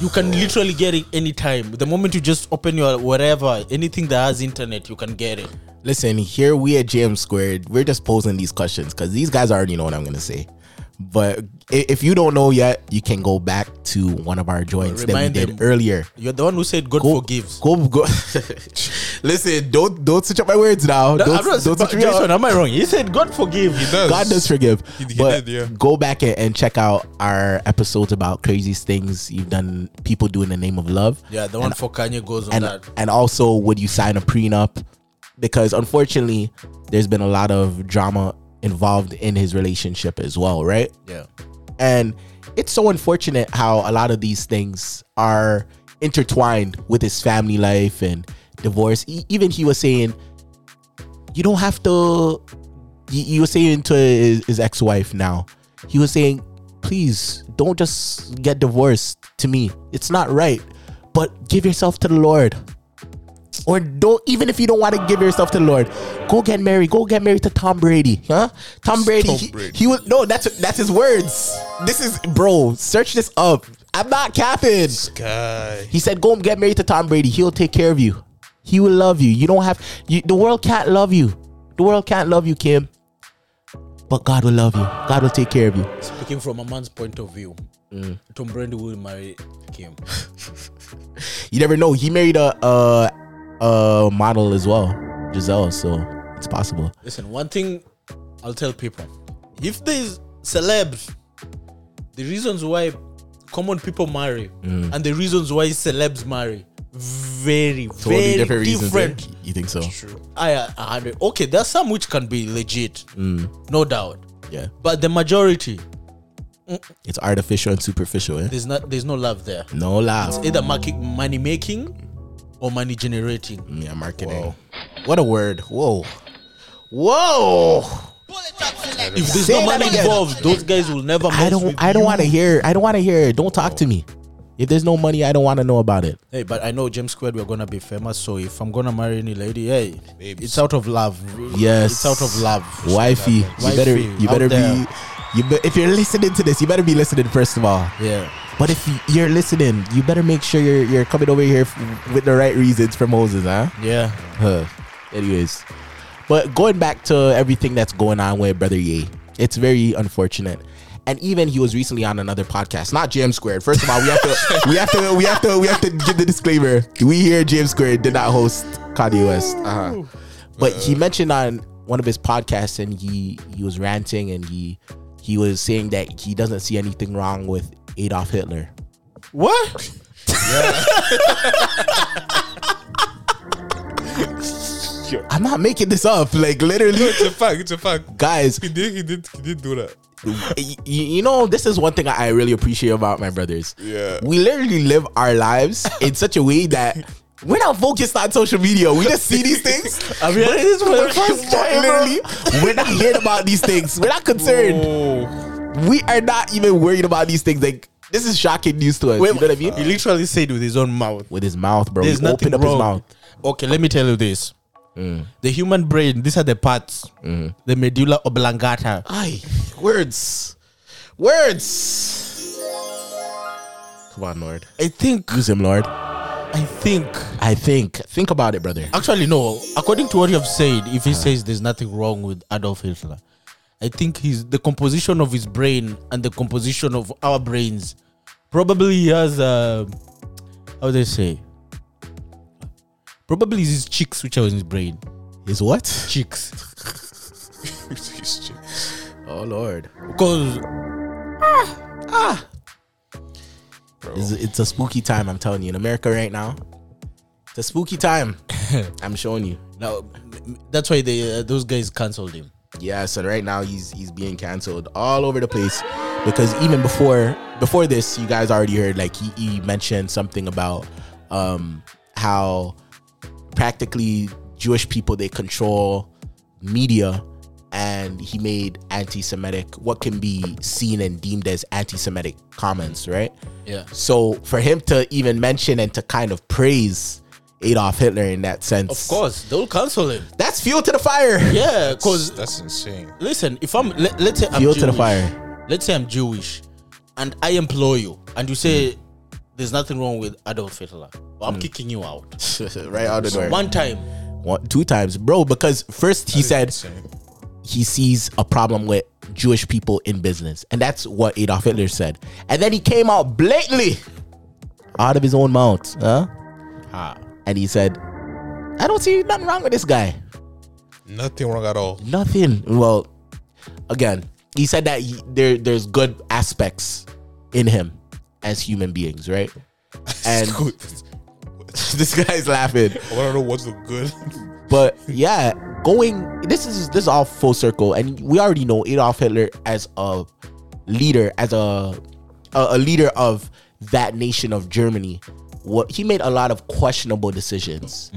Speaker 4: You can literally get it anytime. The moment you just open your whatever, anything that has internet, you can get it.
Speaker 2: Listen, here we at JM Squared, we're just posing these questions because these guys already know what I'm going to say. But i- if you don't know yet, you can go back to one of our joints that we
Speaker 4: Remind
Speaker 2: did
Speaker 4: them.
Speaker 2: earlier.
Speaker 4: You're the one who said God
Speaker 2: Go,
Speaker 4: forgives.
Speaker 2: go,
Speaker 4: [laughs]
Speaker 2: go. Listen, don't don't switch up my words now.
Speaker 4: No,
Speaker 2: don't
Speaker 4: I'm not,
Speaker 2: don't
Speaker 4: but
Speaker 2: switch me up.
Speaker 4: Jason, am I wrong? He said God forgives.
Speaker 3: He does.
Speaker 2: God does forgive.
Speaker 3: He- he
Speaker 2: but
Speaker 3: did, yeah.
Speaker 2: go back and, and check out our episodes about craziest things you've done, people do in the name of love.
Speaker 4: Yeah, the one for Kanye goes on
Speaker 2: and
Speaker 4: that.
Speaker 2: and also would you sign a prenup because unfortunately there's been a lot of drama involved in his relationship as well right
Speaker 4: Yeah.
Speaker 2: and it's so unfortunate how a lot of these things are intertwined with his family life and divorce E- even he was saying you don't have to he, he was saying to his, his ex-wife now he was saying please don't just get divorced to me it's not right but give yourself to the lord or don't even if you don't want to give yourself to the lord go get married go get married to tom brady huh tom brady,
Speaker 3: Tom
Speaker 2: he-
Speaker 3: Brady.
Speaker 2: He, was no that's that's his words this is bro search this up i'm not capping
Speaker 3: Sky.
Speaker 2: he said, "Go and get married to Tom Brady. He'll take care of you. He will love you. You don't have you, the world can't love you. The world can't love you, Kim. But God will love you. God will take care of you.
Speaker 4: Speaking from a man's point of view,
Speaker 2: Mm.
Speaker 4: Tom Brady will marry Kim. [laughs]
Speaker 2: You never know. He married a a, a model as well, Giselle. So it's possible.
Speaker 4: Listen, one thing I'll tell people: if there's celebs, the reasons why common people marry
Speaker 2: Mm.
Speaker 4: and the reasons why celebs marry very very different.
Speaker 2: reasons. eh? You think so?
Speaker 4: I, I had it. okay. There's some which can be legit,
Speaker 2: Mm.
Speaker 4: no doubt,
Speaker 2: Yeah.
Speaker 4: but the majority
Speaker 2: It's artificial and superficial. Eh?
Speaker 4: there's not there's no love there.
Speaker 2: No lies.
Speaker 4: Either market, money making or money generating.
Speaker 2: Yeah, marketing. What a word. Whoa. Whoa.
Speaker 4: If there's
Speaker 2: Say
Speaker 4: no
Speaker 2: that
Speaker 4: money
Speaker 2: again.
Speaker 4: involved, those guys will never.
Speaker 2: I don't I don't want to hear. I don't want to hear. it. Don't talk to me. If there's no money, I don't want to know about it.
Speaker 4: Hey, but I know James Squared. We're gonna be famous. So if I'm gonna marry any lady, hey,
Speaker 3: Babes.
Speaker 4: it's out of love.
Speaker 2: Yes.
Speaker 4: it's out of love.
Speaker 2: Wifey, you
Speaker 4: Wifey
Speaker 2: better you
Speaker 4: out
Speaker 2: better
Speaker 4: there.
Speaker 2: be you be, if you're listening to this, you better be listening first of all.
Speaker 4: Yeah.
Speaker 2: But if you- you're listening, you better make sure you're you're coming over here f- with the right reasons for Moses, huh?
Speaker 4: Yeah.
Speaker 2: Huh. Anyways, but going back to everything that's going on with Brother Ye, it's very unfortunate. And even he was recently on another podcast, not Jam Squared. First of all, we have to, we have to, we have to, we have to give the disclaimer. We here, Jam Squared did not host Kanye West, uh-huh. but he mentioned on one of his podcasts, and he he was ranting, and he he was saying that he doesn't see anything wrong with Adolf Hitler.
Speaker 4: What?
Speaker 2: I'm not making this up. Like
Speaker 3: No,
Speaker 2: literally,
Speaker 3: it's a fact. It's a fact.
Speaker 2: guys,
Speaker 3: He did. He did. He did do that.
Speaker 2: you, you know, this is one thing I really appreciate about my brothers.
Speaker 3: Yeah.
Speaker 2: We literally live our lives in such a way that we're not focused on social media. We just see these things.
Speaker 4: I mean, this is
Speaker 2: [laughs]
Speaker 4: for the first
Speaker 2: But
Speaker 4: time. bro.
Speaker 2: literally, we're not hearing about these things. We're not concerned.
Speaker 3: Oh,
Speaker 2: We are not even worried about these things. Like, this is shocking news to us. you know what I mean?
Speaker 4: He literally said with his own mouth.
Speaker 2: With his mouth, bro.
Speaker 4: Uh, There's
Speaker 2: he
Speaker 4: nothing
Speaker 2: opened up
Speaker 4: wrong.
Speaker 2: his mouth. Mm.
Speaker 4: Okay, let me tell you this. The human brain, these are the parts. The medulla oblongata.
Speaker 2: Ay, words. Words. Come on, Lord.
Speaker 4: I think,
Speaker 2: Use him, Lord.
Speaker 4: I think,
Speaker 2: I think. Think about it, brother.
Speaker 4: actually, no. According to what you have said, if he says there's nothing wrong with Adolf Hitler, I think he's the composition of his brain and the composition of our brains. Probably he has, uh, how do they say? Probably it's his cheeks which are in his brain.
Speaker 2: Is what?
Speaker 4: Cheeks.
Speaker 3: [laughs] He's ch-
Speaker 2: Oh Lord,
Speaker 4: Because
Speaker 2: it's, it's a spooky time. I'm telling you, in America right now, it's a spooky time. I'm showing you.
Speaker 4: now, m- m- that's why they, uh, those guys cancelled him.
Speaker 2: Yeah, so right now he's he's being canceled all over the place because even before before this, you guys already heard like he, he mentioned something about um how practically Jewish people they control media and he made anti-Semitic what can be seen and deemed as anti-Semitic comments, right?
Speaker 4: Yeah.
Speaker 2: So for him to even mention and to kind of praise Adolf Hitler in that sense,
Speaker 4: Of course, they'll cancel him.
Speaker 2: that's fuel to the fire.
Speaker 4: Yeah, because
Speaker 3: that's insane.
Speaker 4: listen, if I'm let, let's say I'm
Speaker 2: Fuel to
Speaker 4: Jewish,
Speaker 2: the fire.
Speaker 4: Let's say I'm Jewish, and I employ you, and you say there's nothing wrong with Adolf Hitler. Well,
Speaker 2: Hmm.
Speaker 4: I'm kicking you
Speaker 2: [laughs]
Speaker 4: out
Speaker 2: [laughs] right out of the door.
Speaker 4: one time.
Speaker 2: One, two times, bro. Because first he said
Speaker 3: Insane.
Speaker 2: he sees a problem with Jewish people in business, and that's what Adolf Hitler said. And then he came out blatantly out of his own mouth, huh?
Speaker 4: Ah.
Speaker 2: And he said, "I don't see nothing wrong with this guy.
Speaker 3: Nothing wrong at all.
Speaker 2: Nothing." Well, again, he said that he, there there's good aspects in him as human beings, [laughs] right? And
Speaker 3: [laughs] Good.
Speaker 2: this guy's laughing.
Speaker 3: I want to know what's the good. [laughs]
Speaker 2: But yeah, going this is this is all full circle, and we already know Adolf Hitler as a leader, as a a, a leader of that nation of Germany. What he made a lot of questionable decisions,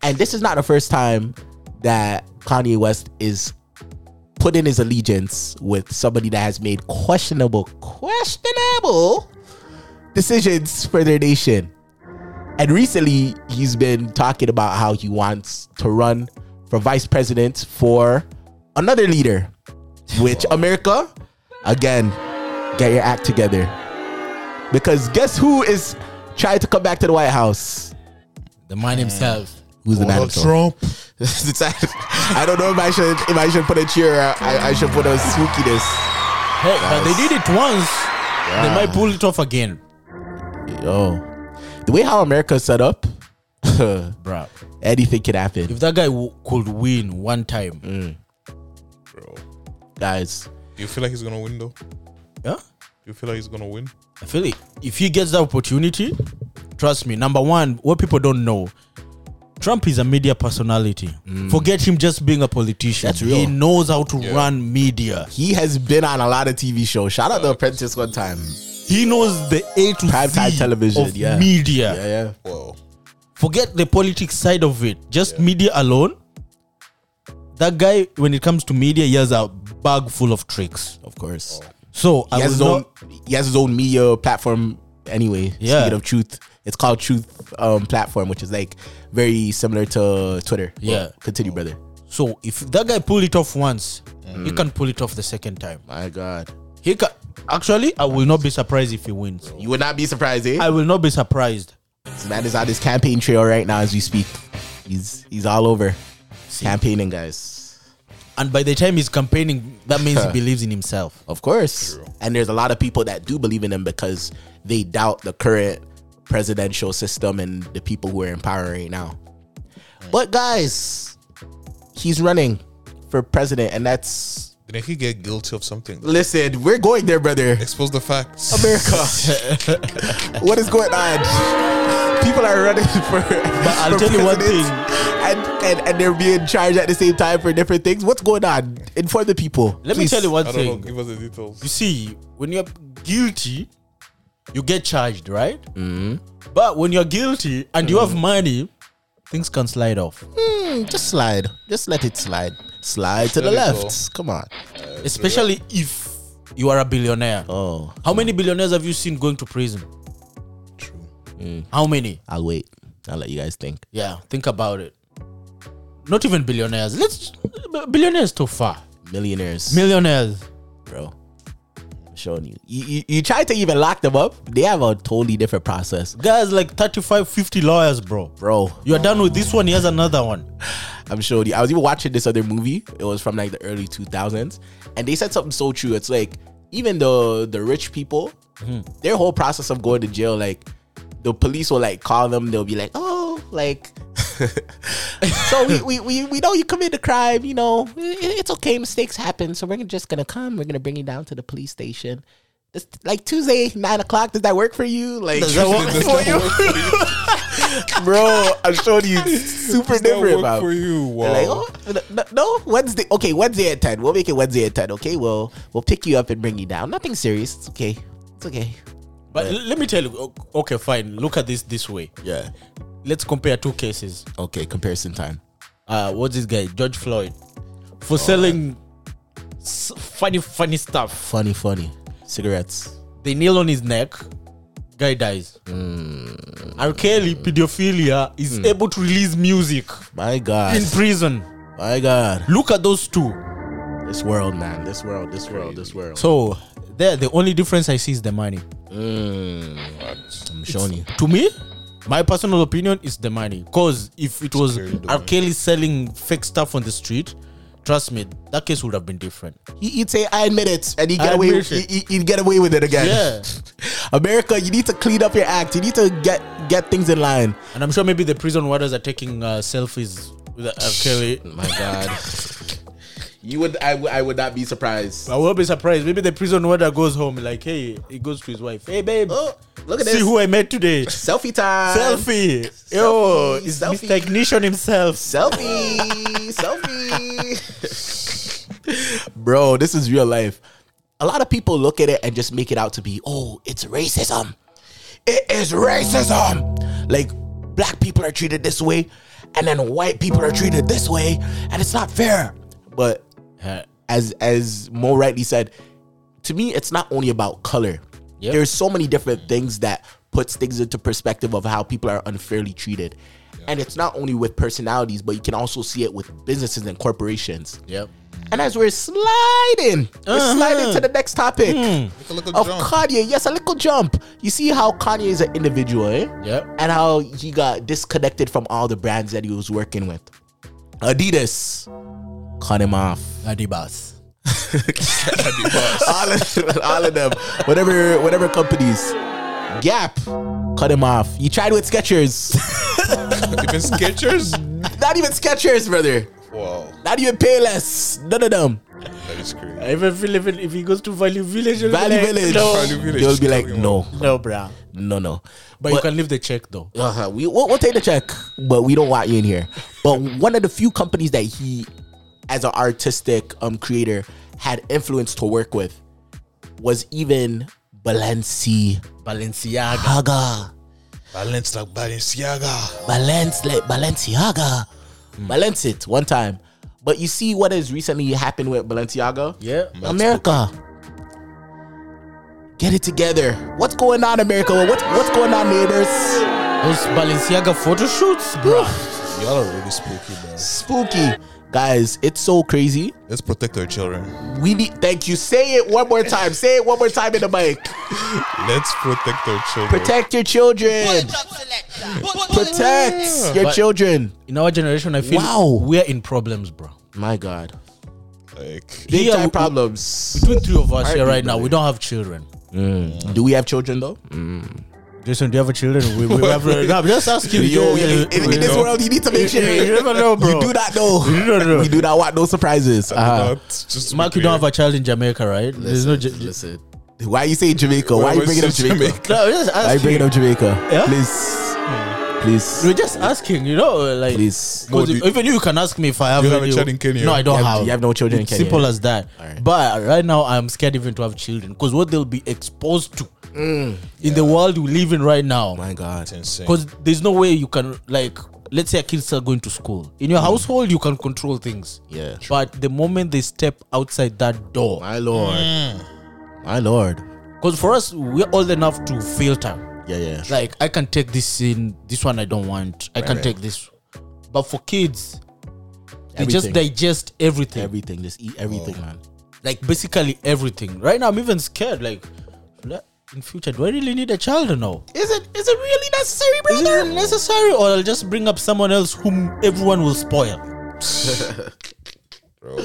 Speaker 2: and this is not the first time that Kanye West is put in his allegiance with somebody that has made questionable, questionable decisions for their nation. And recently, he's been talking about how he wants to run for vice president for another leader, which America, again, get your act together. Because guess who is trying to come back to the White House?
Speaker 4: The man himself.
Speaker 2: Who's the man [laughs]
Speaker 3: Donald
Speaker 2: himself?
Speaker 3: Trump.
Speaker 2: It's- I don't know if I should if I should put a cheer. or I, I should put a spookiness.
Speaker 4: Hey, but they did it once. They might pull it off again,
Speaker 2: Yo, the way how America's set up, [laughs]
Speaker 4: bruh.
Speaker 2: anything can happen,
Speaker 4: If that guy w- could win one time,
Speaker 2: Hmm.
Speaker 3: bro.
Speaker 2: guys.
Speaker 3: Do you feel like he's gonna win though? Do
Speaker 4: yeah,
Speaker 3: you feel like he's gonna win?
Speaker 4: I feel it. If he gets that opportunity, trust me. Number one, what people don't know, Trump is a media personality. Forget him just being a politician.
Speaker 2: Mm. That's real.
Speaker 4: He knows how to
Speaker 3: Yeah.
Speaker 4: run media.
Speaker 2: He has been on a lot of TV shows. Shout out The Apprentice one time.
Speaker 4: He knows the A to
Speaker 2: Prime
Speaker 4: Z
Speaker 2: time television,
Speaker 4: of
Speaker 2: yeah.
Speaker 4: media.
Speaker 2: Yeah, yeah.
Speaker 3: Wow.
Speaker 4: Forget the politics side of it. Just media alone. That guy, when it comes to media, he has a bag full of tricks.
Speaker 2: Of course.
Speaker 4: So
Speaker 2: He
Speaker 4: I
Speaker 2: has
Speaker 4: was
Speaker 2: his
Speaker 4: not,
Speaker 2: own. He has his own media platform. Anyway,
Speaker 4: Yeah.
Speaker 2: speaking of truth, it's called Truth um, Platform, which is like very similar to Twitter. But
Speaker 4: Yeah.
Speaker 2: continue, brother.
Speaker 4: so if that guy pulled it off once, he
Speaker 2: Mm.
Speaker 4: can pull it off the second time.
Speaker 2: My God,
Speaker 4: He can actually I will not be surprised if he wins.
Speaker 2: you would not be surprised, eh?
Speaker 4: I will not be surprised.
Speaker 2: This man is on his campaign trail right now as we speak. He's he's all over campaigning, guys.
Speaker 4: And by the time he's campaigning, that means he believes in himself.
Speaker 2: Of course. And there's a lot of people that do believe in him because they doubt the current presidential system and the people who are in power right now. But guys, he's running for president, and that's
Speaker 3: Then if he get guilty of something,
Speaker 2: listen. We're going there,
Speaker 4: [laughs]
Speaker 2: brother.
Speaker 3: expose the facts.
Speaker 2: America, what is going on? People are running [laughs] for. But
Speaker 4: I'll tell you one thing.
Speaker 2: and, and and they're being charged at the same time for different things. What's going on? Inform the people.
Speaker 4: Let me tell you one
Speaker 3: I don't know.
Speaker 4: thing.
Speaker 3: Give us the details.
Speaker 4: You see, when you're guilty, you get charged, right? But when you're guilty and you have money, things can slide off.
Speaker 2: Mm, just slide. Just let it slide. Slide to the
Speaker 3: Let it go.
Speaker 2: left. Come on.
Speaker 4: Especially if you are a billionaire.
Speaker 2: Oh,
Speaker 4: How many billionaires have you seen going to prison?
Speaker 3: True.
Speaker 4: How many?
Speaker 2: I'll wait. I'll let you guys think.
Speaker 4: Yeah, think about it. Not even billionaires. Let's billionaires too far.
Speaker 2: Millionaires,
Speaker 4: Millionaires.
Speaker 2: bro. I'm showing you. You, you. you try to even lock them up. They have a totally different process,
Speaker 4: Guys like 35, 50 lawyers, bro.
Speaker 2: bro.
Speaker 4: You're done with this one, here's another one.
Speaker 2: I'm showing you. I was even watching this other movie. It was from like the early 2000s, and they said something so true. It's like even the the rich people,
Speaker 3: Mm-hmm.
Speaker 2: their whole process of going to jail, like the police will like call them. They'll be like, oh,
Speaker 3: [laughs]
Speaker 2: like. so we, we, we, we know you committed a crime, you know, it- it's okay, mistakes happen. So we're just gonna come, we're gonna bring you down to the police station. It's like Tuesday, nine o'clock. Does that work for you? Like,
Speaker 4: Does that work
Speaker 2: for you?
Speaker 4: [laughs]
Speaker 2: bro, I'm showing
Speaker 3: [laughs]
Speaker 2: you super
Speaker 3: Does that
Speaker 2: different,
Speaker 3: work
Speaker 2: man.
Speaker 3: for you?
Speaker 2: They're
Speaker 3: Wow.
Speaker 2: Like, oh, no, no, Wednesday. Okay, Wednesday at 10. We'll make it Wednesday at 10. Okay, we'll, we'll pick you up and bring you down. Nothing serious. It's okay. It's okay.
Speaker 4: But l- let me tell you, o- okay, fine. Look at this this way.
Speaker 2: Yeah.
Speaker 4: Let's compare two cases.
Speaker 2: Okay, comparison time.
Speaker 4: Uh, what's this guy? George Floyd. For
Speaker 2: Oh,
Speaker 4: selling s- funny, funny stuff.
Speaker 2: Funny, funny. Cigarettes.
Speaker 4: They nail on his neck. Guy dies.
Speaker 2: Hmm.
Speaker 4: R. Kelly, pedophilia, is able to release music
Speaker 2: My God.
Speaker 4: in prison.
Speaker 2: My God.
Speaker 4: Look at those two.
Speaker 2: This world, man. This world, this world, this world.
Speaker 4: So there, the only difference I see is the money.
Speaker 2: I'm showing you.
Speaker 4: To me, my personal opinion is the money. Cause if it was
Speaker 3: clearly the
Speaker 4: R. Kelly selling fake stuff on the street, trust me, that case would have been different.
Speaker 2: He- He'd say, I admit it. And he'd
Speaker 4: I
Speaker 2: get, away,
Speaker 4: admit it.
Speaker 2: he- he'd get away with it again.
Speaker 4: Yeah.
Speaker 2: [laughs] America, you need to clean up your act. You need to get get things in line.
Speaker 4: And I'm sure maybe the prison warders are taking uh, selfies with R. Kelly.
Speaker 2: My God. [laughs] you would I, would, I would not be surprised.
Speaker 4: I will be surprised. Maybe the prison warder goes home like, hey, he goes to his wife. Hey, babe,
Speaker 2: Oh, look at
Speaker 4: see
Speaker 2: this.
Speaker 4: who I met today.
Speaker 2: [laughs] Selfie time.
Speaker 4: selfie. Yo, it's
Speaker 2: selfie.
Speaker 4: Mr. Ignition himself.
Speaker 2: Selfie. selfie. Bro, this is real life. A lot of people look at it and just make it out to be, oh, it's racism. It is racism. Like, black people are treated this way, and then white people are treated this way, and it's not fair. But as as Mo rightly said, to me, it's not only about color.
Speaker 4: Yep.
Speaker 2: There's so many different things that puts things into perspective of how people are unfairly treated. And it's not only with personalities, but you can also see it with businesses and corporations.
Speaker 4: Yep.
Speaker 2: And as we're sliding, we're
Speaker 4: Uh-huh.
Speaker 2: sliding to the next topic
Speaker 4: Hmm.
Speaker 3: a little
Speaker 2: of
Speaker 3: jump.
Speaker 2: Kanye. Yes, a little jump. You see how Kanye is an individual, eh?
Speaker 4: Yep.
Speaker 2: And how he got disconnected from all the brands that he was working with. Adidas, cut him off.
Speaker 4: Adibas.
Speaker 2: all, of, all of them, whatever, whatever companies. Gap, cut him off. You tried with Skechers, [laughs]
Speaker 3: Even Skechers?
Speaker 2: not even Skechers, brother.
Speaker 3: Wow,
Speaker 2: Not even Payless. None of them.
Speaker 3: that is crazy.
Speaker 4: I even feel even if he goes to Value Village, I'll be
Speaker 2: Valley
Speaker 4: like,
Speaker 2: Village.
Speaker 4: No,
Speaker 3: Value Village,
Speaker 2: They'll be like,
Speaker 3: talking
Speaker 2: no,
Speaker 3: about-
Speaker 4: no, bruh.
Speaker 2: no, no.
Speaker 4: But, you can leave the check though.
Speaker 2: Uh-huh. We we'll, we'll take the check, but we don't want you in here. But one of the few companies that he, as an artistic um creator, had influence to work with, was even Balenci
Speaker 4: Balenciaga.
Speaker 2: Haga,
Speaker 3: Balance like Balenciaga.
Speaker 2: Balance like Balenciaga, Balance it one time. But you see what has recently happened with Balenciaga?
Speaker 4: Yeah.
Speaker 2: America. Get it together. What's going on, America? What's what's going on, neighbors?
Speaker 4: Those Balenciaga photo shoots, bruh.
Speaker 3: Y'all are really spooky, man.
Speaker 2: Spooky. Guys, it's so crazy.
Speaker 3: Let's protect our children.
Speaker 2: We need. Thank you. Say it one more time. Say it one more time in the mic.
Speaker 3: Let's protect our children.
Speaker 2: Protect your children. Protect your
Speaker 4: But-
Speaker 2: children.
Speaker 4: In our generation, I feel
Speaker 2: Wow.
Speaker 4: we're in problems, bro.
Speaker 2: My God.
Speaker 3: Like,
Speaker 2: Big
Speaker 4: Here
Speaker 2: time
Speaker 4: we-
Speaker 2: problems.
Speaker 4: Between three of us here right now, we don't have children.
Speaker 2: Do we have children though?
Speaker 4: Jason, do you have a children? We, we [laughs] have. no, I'm just asking
Speaker 2: Yo,
Speaker 4: you.
Speaker 2: in, in- in
Speaker 4: We
Speaker 2: this
Speaker 4: don't-
Speaker 2: world, you need to make sure
Speaker 4: You
Speaker 2: you
Speaker 4: never know, bro.
Speaker 2: do not know.
Speaker 4: You don't know.
Speaker 2: [laughs] We do not want no surprises. Uh-huh.
Speaker 3: not, just to be
Speaker 4: Mark, you don't have
Speaker 3: clear.
Speaker 4: a child in Jamaica, right? There's no. Ja-
Speaker 2: Listen. Why you say Jamaica? Why
Speaker 3: Why
Speaker 2: you bringing up
Speaker 3: was it
Speaker 2: Jamaica?
Speaker 3: Jamaica?
Speaker 4: no, I'm just
Speaker 2: Why you
Speaker 4: asking.
Speaker 2: bringing up Jamaica?
Speaker 4: Yeah?
Speaker 2: Please, please,
Speaker 4: We're just asking, you know, like.
Speaker 2: please.
Speaker 4: Because
Speaker 3: Mo, do you-
Speaker 4: even you can ask me if I have,
Speaker 3: you have a
Speaker 4: any-
Speaker 3: child in Kenya?
Speaker 4: No, I don't
Speaker 2: You
Speaker 4: have.
Speaker 2: have- you have no children in
Speaker 4: It's
Speaker 2: Kenya.
Speaker 4: Simple as that.
Speaker 2: Alright.
Speaker 4: But right now, I'm scared even to have children because what they'll be exposed to in the world we live in right now.
Speaker 2: Mm. My God.
Speaker 3: Insane.
Speaker 4: Because there's no way you can like. Let's say a kid start going to school. In your household, you can control things.
Speaker 2: Mm. Yeah.
Speaker 4: But the moment they step outside that door,
Speaker 2: My Lord. My Lord.
Speaker 4: because for us, we're old enough to filter.
Speaker 2: Yeah, yeah.
Speaker 4: like I can take this in this one I don't want. I can take this. But for kids, they just
Speaker 2: Everything.
Speaker 4: digest everything. Oh.
Speaker 2: everything. Just eat everything, man.
Speaker 4: like basically everything. Right now I'm even scared. Like le- in future, do I really need a child or no?
Speaker 2: Is it is it really necessary,
Speaker 4: Is it really necessary or I'll just bring up someone else whom everyone
Speaker 2: [laughs]
Speaker 4: will spoil?
Speaker 3: bro.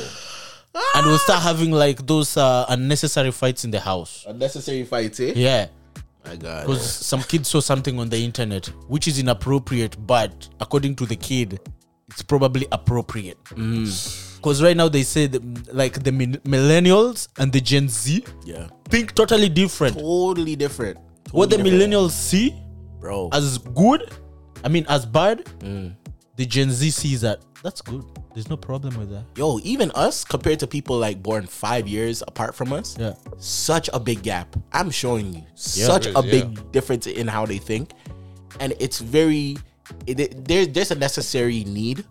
Speaker 4: And we'll start having like those uh, unnecessary fights in the house.
Speaker 2: Unnecessary fights, eh?
Speaker 4: Yeah.
Speaker 2: My God.
Speaker 4: Because some kid saw something on the internet which is inappropriate, but according to the kid, it's probably appropriate.
Speaker 2: Mm.
Speaker 4: Because right now they say that, like the min- millennials and the Gen Z
Speaker 2: Yeah.
Speaker 4: think totally different.
Speaker 2: Totally different.
Speaker 4: what the millennials see
Speaker 2: bro.
Speaker 4: as good, I mean as bad,
Speaker 2: Mm.
Speaker 4: the Gen Z sees that that's good. There's no problem with that.
Speaker 2: Yo, even us compared to people like born five years apart from us,
Speaker 4: Yeah.
Speaker 2: such a big gap. I'm showing you such
Speaker 3: it
Speaker 2: a
Speaker 3: is,
Speaker 2: big
Speaker 3: yeah.
Speaker 2: difference in how they think, and it's very it, it- there, there's a necessary need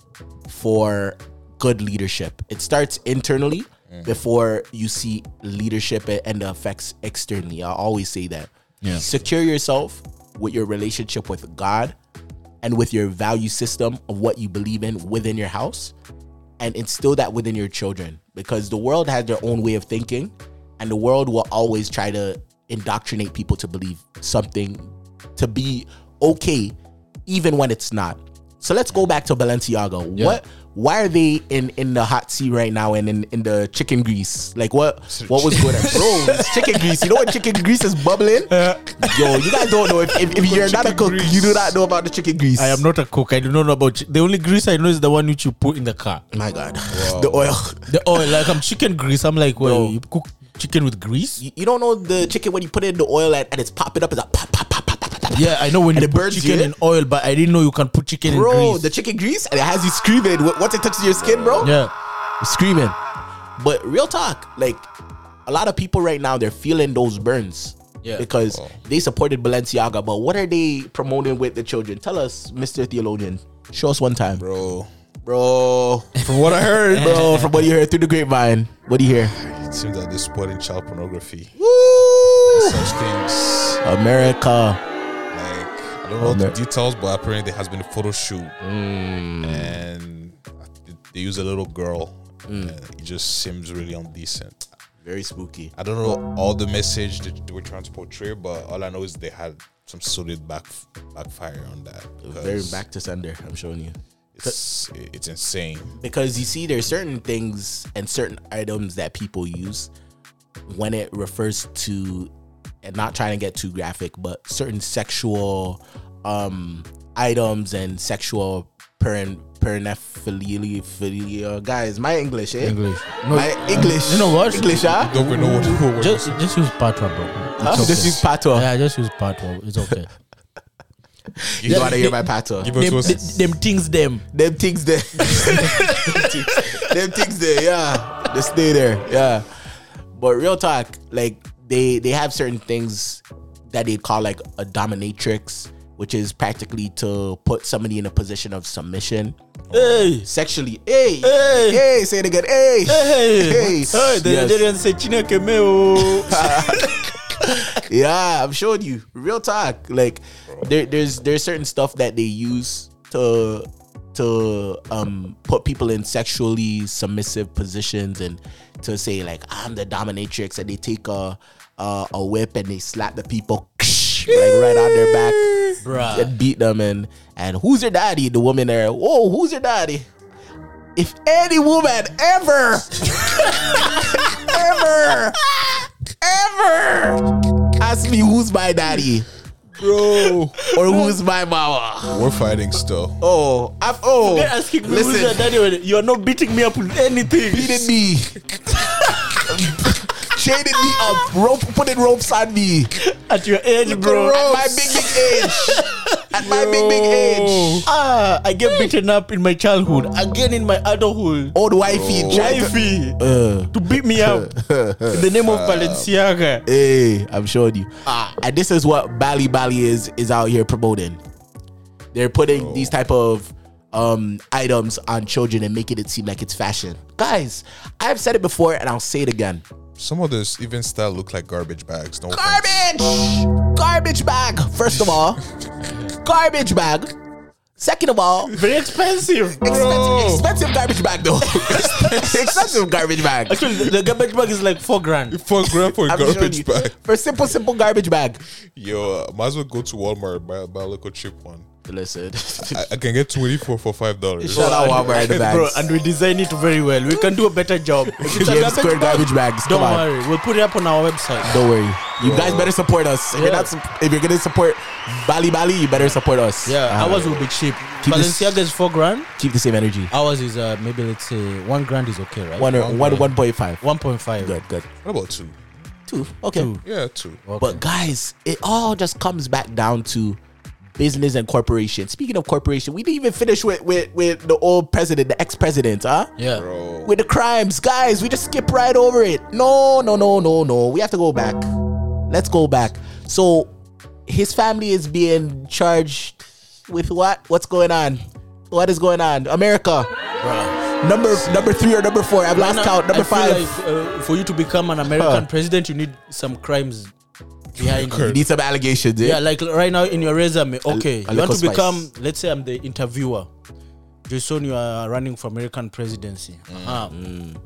Speaker 2: for good leadership. It starts internally before you see leadership a- and the effects externally. I always say that.
Speaker 4: Yeah.
Speaker 2: Secure yourself with your relationship with God and with your value system of what you believe in within your house and instill that within your children because the world has their own way of thinking and the world will always try to indoctrinate people to believe something to be okay even when it's not so let's go back to balenciaga what why are they in in the hot seat right now and in, in the chicken grease like what what was
Speaker 4: [laughs]
Speaker 2: going on bro it's chicken grease you know what chicken grease is bubbling yo you guys don't know if, if, if you're not a
Speaker 3: Chicken
Speaker 2: cook
Speaker 3: grease.
Speaker 2: you do not know about the chicken grease
Speaker 4: I am not a cook. I do not know about chi- the only grease I know is the one which you put in the car.
Speaker 2: my god the oil
Speaker 4: The oil, like I'm chicken grease. I'm like, well,
Speaker 2: No.
Speaker 4: you cook chicken with grease?
Speaker 2: you, you don't know the chicken when you put it in the oil and, and it's popping up. It's like pop, pop, pop, pop, pop, pop, pop.
Speaker 4: Yeah, I know when
Speaker 2: And
Speaker 4: you
Speaker 2: the
Speaker 4: put
Speaker 2: birds
Speaker 4: chicken
Speaker 2: eat it?
Speaker 4: in oil, but I didn't know you can put chicken in
Speaker 2: bro,
Speaker 4: grease.
Speaker 2: the chicken grease and it has you screaming Wh- once it touches your skin, bro.
Speaker 4: yeah,
Speaker 2: screaming. But real talk, like a lot of people right now, they're feeling those burns.
Speaker 4: Yeah.
Speaker 2: Because
Speaker 3: Oh.
Speaker 2: they supported Balenciaga, but what are they promoting with the children? Tell us, Mr. Theologian. Show us one time, bro.
Speaker 3: Bro.
Speaker 2: Bro,
Speaker 3: From what I heard, bro,
Speaker 2: bro from what you heard through the grapevine, what do you hear?
Speaker 3: it seems that they're supporting child pornography.
Speaker 2: [laughs] Woo!
Speaker 3: Such things.
Speaker 2: America.
Speaker 3: like I don't
Speaker 2: Oh,
Speaker 3: know the details, but apparently there has been a photo shoot, and they use a little girl. And it just seems really indecent.
Speaker 2: Very spooky.
Speaker 3: I don't know all the message that they were trying to portray, but all I know is they had some solid back backfire on that.
Speaker 2: Very
Speaker 3: because
Speaker 2: back to sender, I'm showing you.
Speaker 3: It's it's insane.
Speaker 2: because you see there's certain things and certain items that people use when it refers to and not trying to get too graphic but certain sexual um items and sexual peren pernephilia philia- guys my english eh?
Speaker 4: English. No,
Speaker 2: my english
Speaker 4: you know what?
Speaker 2: english huh?
Speaker 3: Don't we know what [laughs] the word
Speaker 4: just just use patois, bro.
Speaker 2: Huh?
Speaker 4: It's
Speaker 2: this
Speaker 4: okay.
Speaker 2: is patois
Speaker 4: Yeah, just use patois. It's [laughs] okay.
Speaker 2: you don't want to hear my patois
Speaker 3: Give us
Speaker 4: them,
Speaker 3: one.
Speaker 4: th- them things, them.
Speaker 2: them things [laughs] there. them things there, yeah. They stay there, yeah. But real talk, like they they have certain things that they call like a dominatrix, which is practically to put somebody in a position of submission
Speaker 4: Hey,
Speaker 2: sexually. Hey,
Speaker 4: Hey.
Speaker 2: hey, say it again. Hey,
Speaker 4: hey, hey. the
Speaker 2: Yes.
Speaker 4: Nigerians say Chineke me oh."
Speaker 2: [laughs] yeah, I'm showing you real talk. Like there, there's there's certain stuff that they use to to um put people in sexually submissive positions and to say like I'm the dominatrix and they take a a, a whip and they slap the people like right on their back.
Speaker 4: Bruh.
Speaker 2: And beat them and and who's your daddy? The woman there. Oh, who's your daddy? If any woman ever, [laughs] ever, ever ask me who's my daddy
Speaker 3: Bro,
Speaker 2: or who's my mama,
Speaker 3: we're fighting still.
Speaker 2: oh, I'm oh,
Speaker 4: They're asking me
Speaker 2: listen,
Speaker 4: who's your daddy when you are not beating me up with anything.
Speaker 2: beating me, [laughs] chained me up, rope, putting ropes on me
Speaker 4: At your age, bro.
Speaker 2: at my big big age, at my big big age.
Speaker 4: Ah, I get beaten up in my childhood, again in my adulthood.
Speaker 2: Old wifey, trying to-
Speaker 4: Wifey
Speaker 2: Uh.
Speaker 4: to beat me up in the
Speaker 2: [laughs]
Speaker 4: name of Balenciaga.
Speaker 2: Hey, I'm showing you. and this is what Bali Bali is is out here promoting. They're putting these type of um items on children and making it seem like it's fashion. Guys, I've said it before and I'll say it again.
Speaker 3: Some of this even style look like garbage bags. No offense.
Speaker 2: Garbage! Garbage bag, first of [laughs] all. garbage bag. Second of all,
Speaker 4: Very expensive.
Speaker 2: expensive, expensive garbage bag [laughs] though. expensive garbage bag.
Speaker 4: Actually, the, the garbage bag is like four grand.
Speaker 3: [laughs] For grand for a
Speaker 2: [laughs] I'm showing you.
Speaker 3: garbage bag.
Speaker 2: For simple, simple garbage bag.
Speaker 3: Yo, uh, might as well go to Walmart and buy, buy a little cheap one.
Speaker 2: Listen.
Speaker 3: I, I can get 24 for $5.
Speaker 2: Shout out Walmart in the
Speaker 4: [laughs] Bro,
Speaker 2: bags.
Speaker 4: and we design it very well. We can do a
Speaker 2: [laughs]
Speaker 4: better job. If it's
Speaker 2: James
Speaker 4: a garbage
Speaker 2: Square
Speaker 4: bag,
Speaker 2: garbage bags.
Speaker 4: Don't
Speaker 2: Come on.
Speaker 4: worry, we'll put it up on our website.
Speaker 2: Don't worry. You guys better support us. If you're not, sup- if you're gonna support Bali Bali, you better support us.
Speaker 4: Yeah,
Speaker 2: Uh,
Speaker 4: ours will be cheap.
Speaker 2: Keep this-
Speaker 4: Balenciaga is four grand.
Speaker 2: keep the same energy.
Speaker 4: Ours is uh, maybe let's say one grand is okay, right?
Speaker 2: One or one one point five.
Speaker 4: one point five.
Speaker 2: Good, good.
Speaker 3: What about two?
Speaker 2: Two. Okay.
Speaker 4: Two.
Speaker 3: Yeah, two.
Speaker 2: But guys, it all just comes back down to business and corporation. Speaking of corporation, we didn't even finish with with, with the old president, the ex president, huh?
Speaker 4: Yeah.
Speaker 3: Bro.
Speaker 2: With the crimes, guys, we just skip right over it. No, no, no, no, no. We have to go back. Let's go back. So his family is being charged with what? What's going on? What is going on? America. Number number three or number four. I've lost
Speaker 4: No,
Speaker 2: count. Number
Speaker 4: I feel
Speaker 2: five.
Speaker 4: like, uh, for you to become an American
Speaker 2: Huh.
Speaker 4: president, you need some crimes behind.
Speaker 2: you
Speaker 4: you.
Speaker 2: need some allegations, eh?
Speaker 4: Yeah, like right now in your resume. Okay,
Speaker 2: a
Speaker 4: you want
Speaker 2: little
Speaker 4: to
Speaker 2: spice.
Speaker 4: become. Let's say I'm the interviewer. Jason, you are running for American presidency. Uh-huh.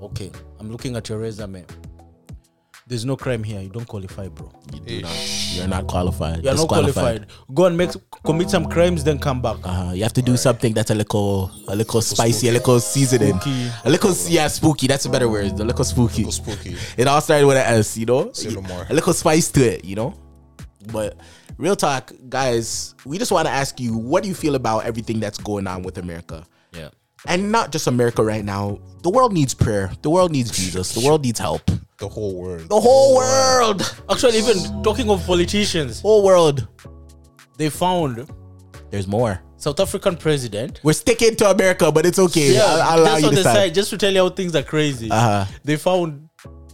Speaker 4: Okay, I'm looking at your resume. There's no crime here. You don't qualify, bro.
Speaker 2: You're not qualified.
Speaker 4: You're not qualified. Go and make commit some crimes, then come back.
Speaker 2: Uh, you have to do something that's a little, a little spicy, a little seasoning,
Speaker 4: Spooky.
Speaker 2: a little yeah, spooky. That's a better word. A little spooky.
Speaker 3: Go spooky.
Speaker 2: It all started with an S, you know?
Speaker 3: Say no more.
Speaker 2: A little spice to it, you know? But real talk, guys, we just want to ask you what do you feel about everything that's going on with America?
Speaker 4: Yeah.
Speaker 2: And not just America right now. The world needs prayer. The world needs Jesus. The world needs help. The
Speaker 3: The whole world.
Speaker 2: whole world.
Speaker 4: Actually, even talking of politicians,
Speaker 2: Whole world.
Speaker 4: they found
Speaker 2: There's more.
Speaker 4: South African president
Speaker 2: We're sticking to America, but it's okay.
Speaker 4: Yeah,
Speaker 2: I'll, I'll allow
Speaker 4: just
Speaker 2: you
Speaker 4: on
Speaker 2: to
Speaker 4: the
Speaker 2: side.
Speaker 4: side. just to tell you how things are crazy.
Speaker 2: Uh-huh.
Speaker 4: They found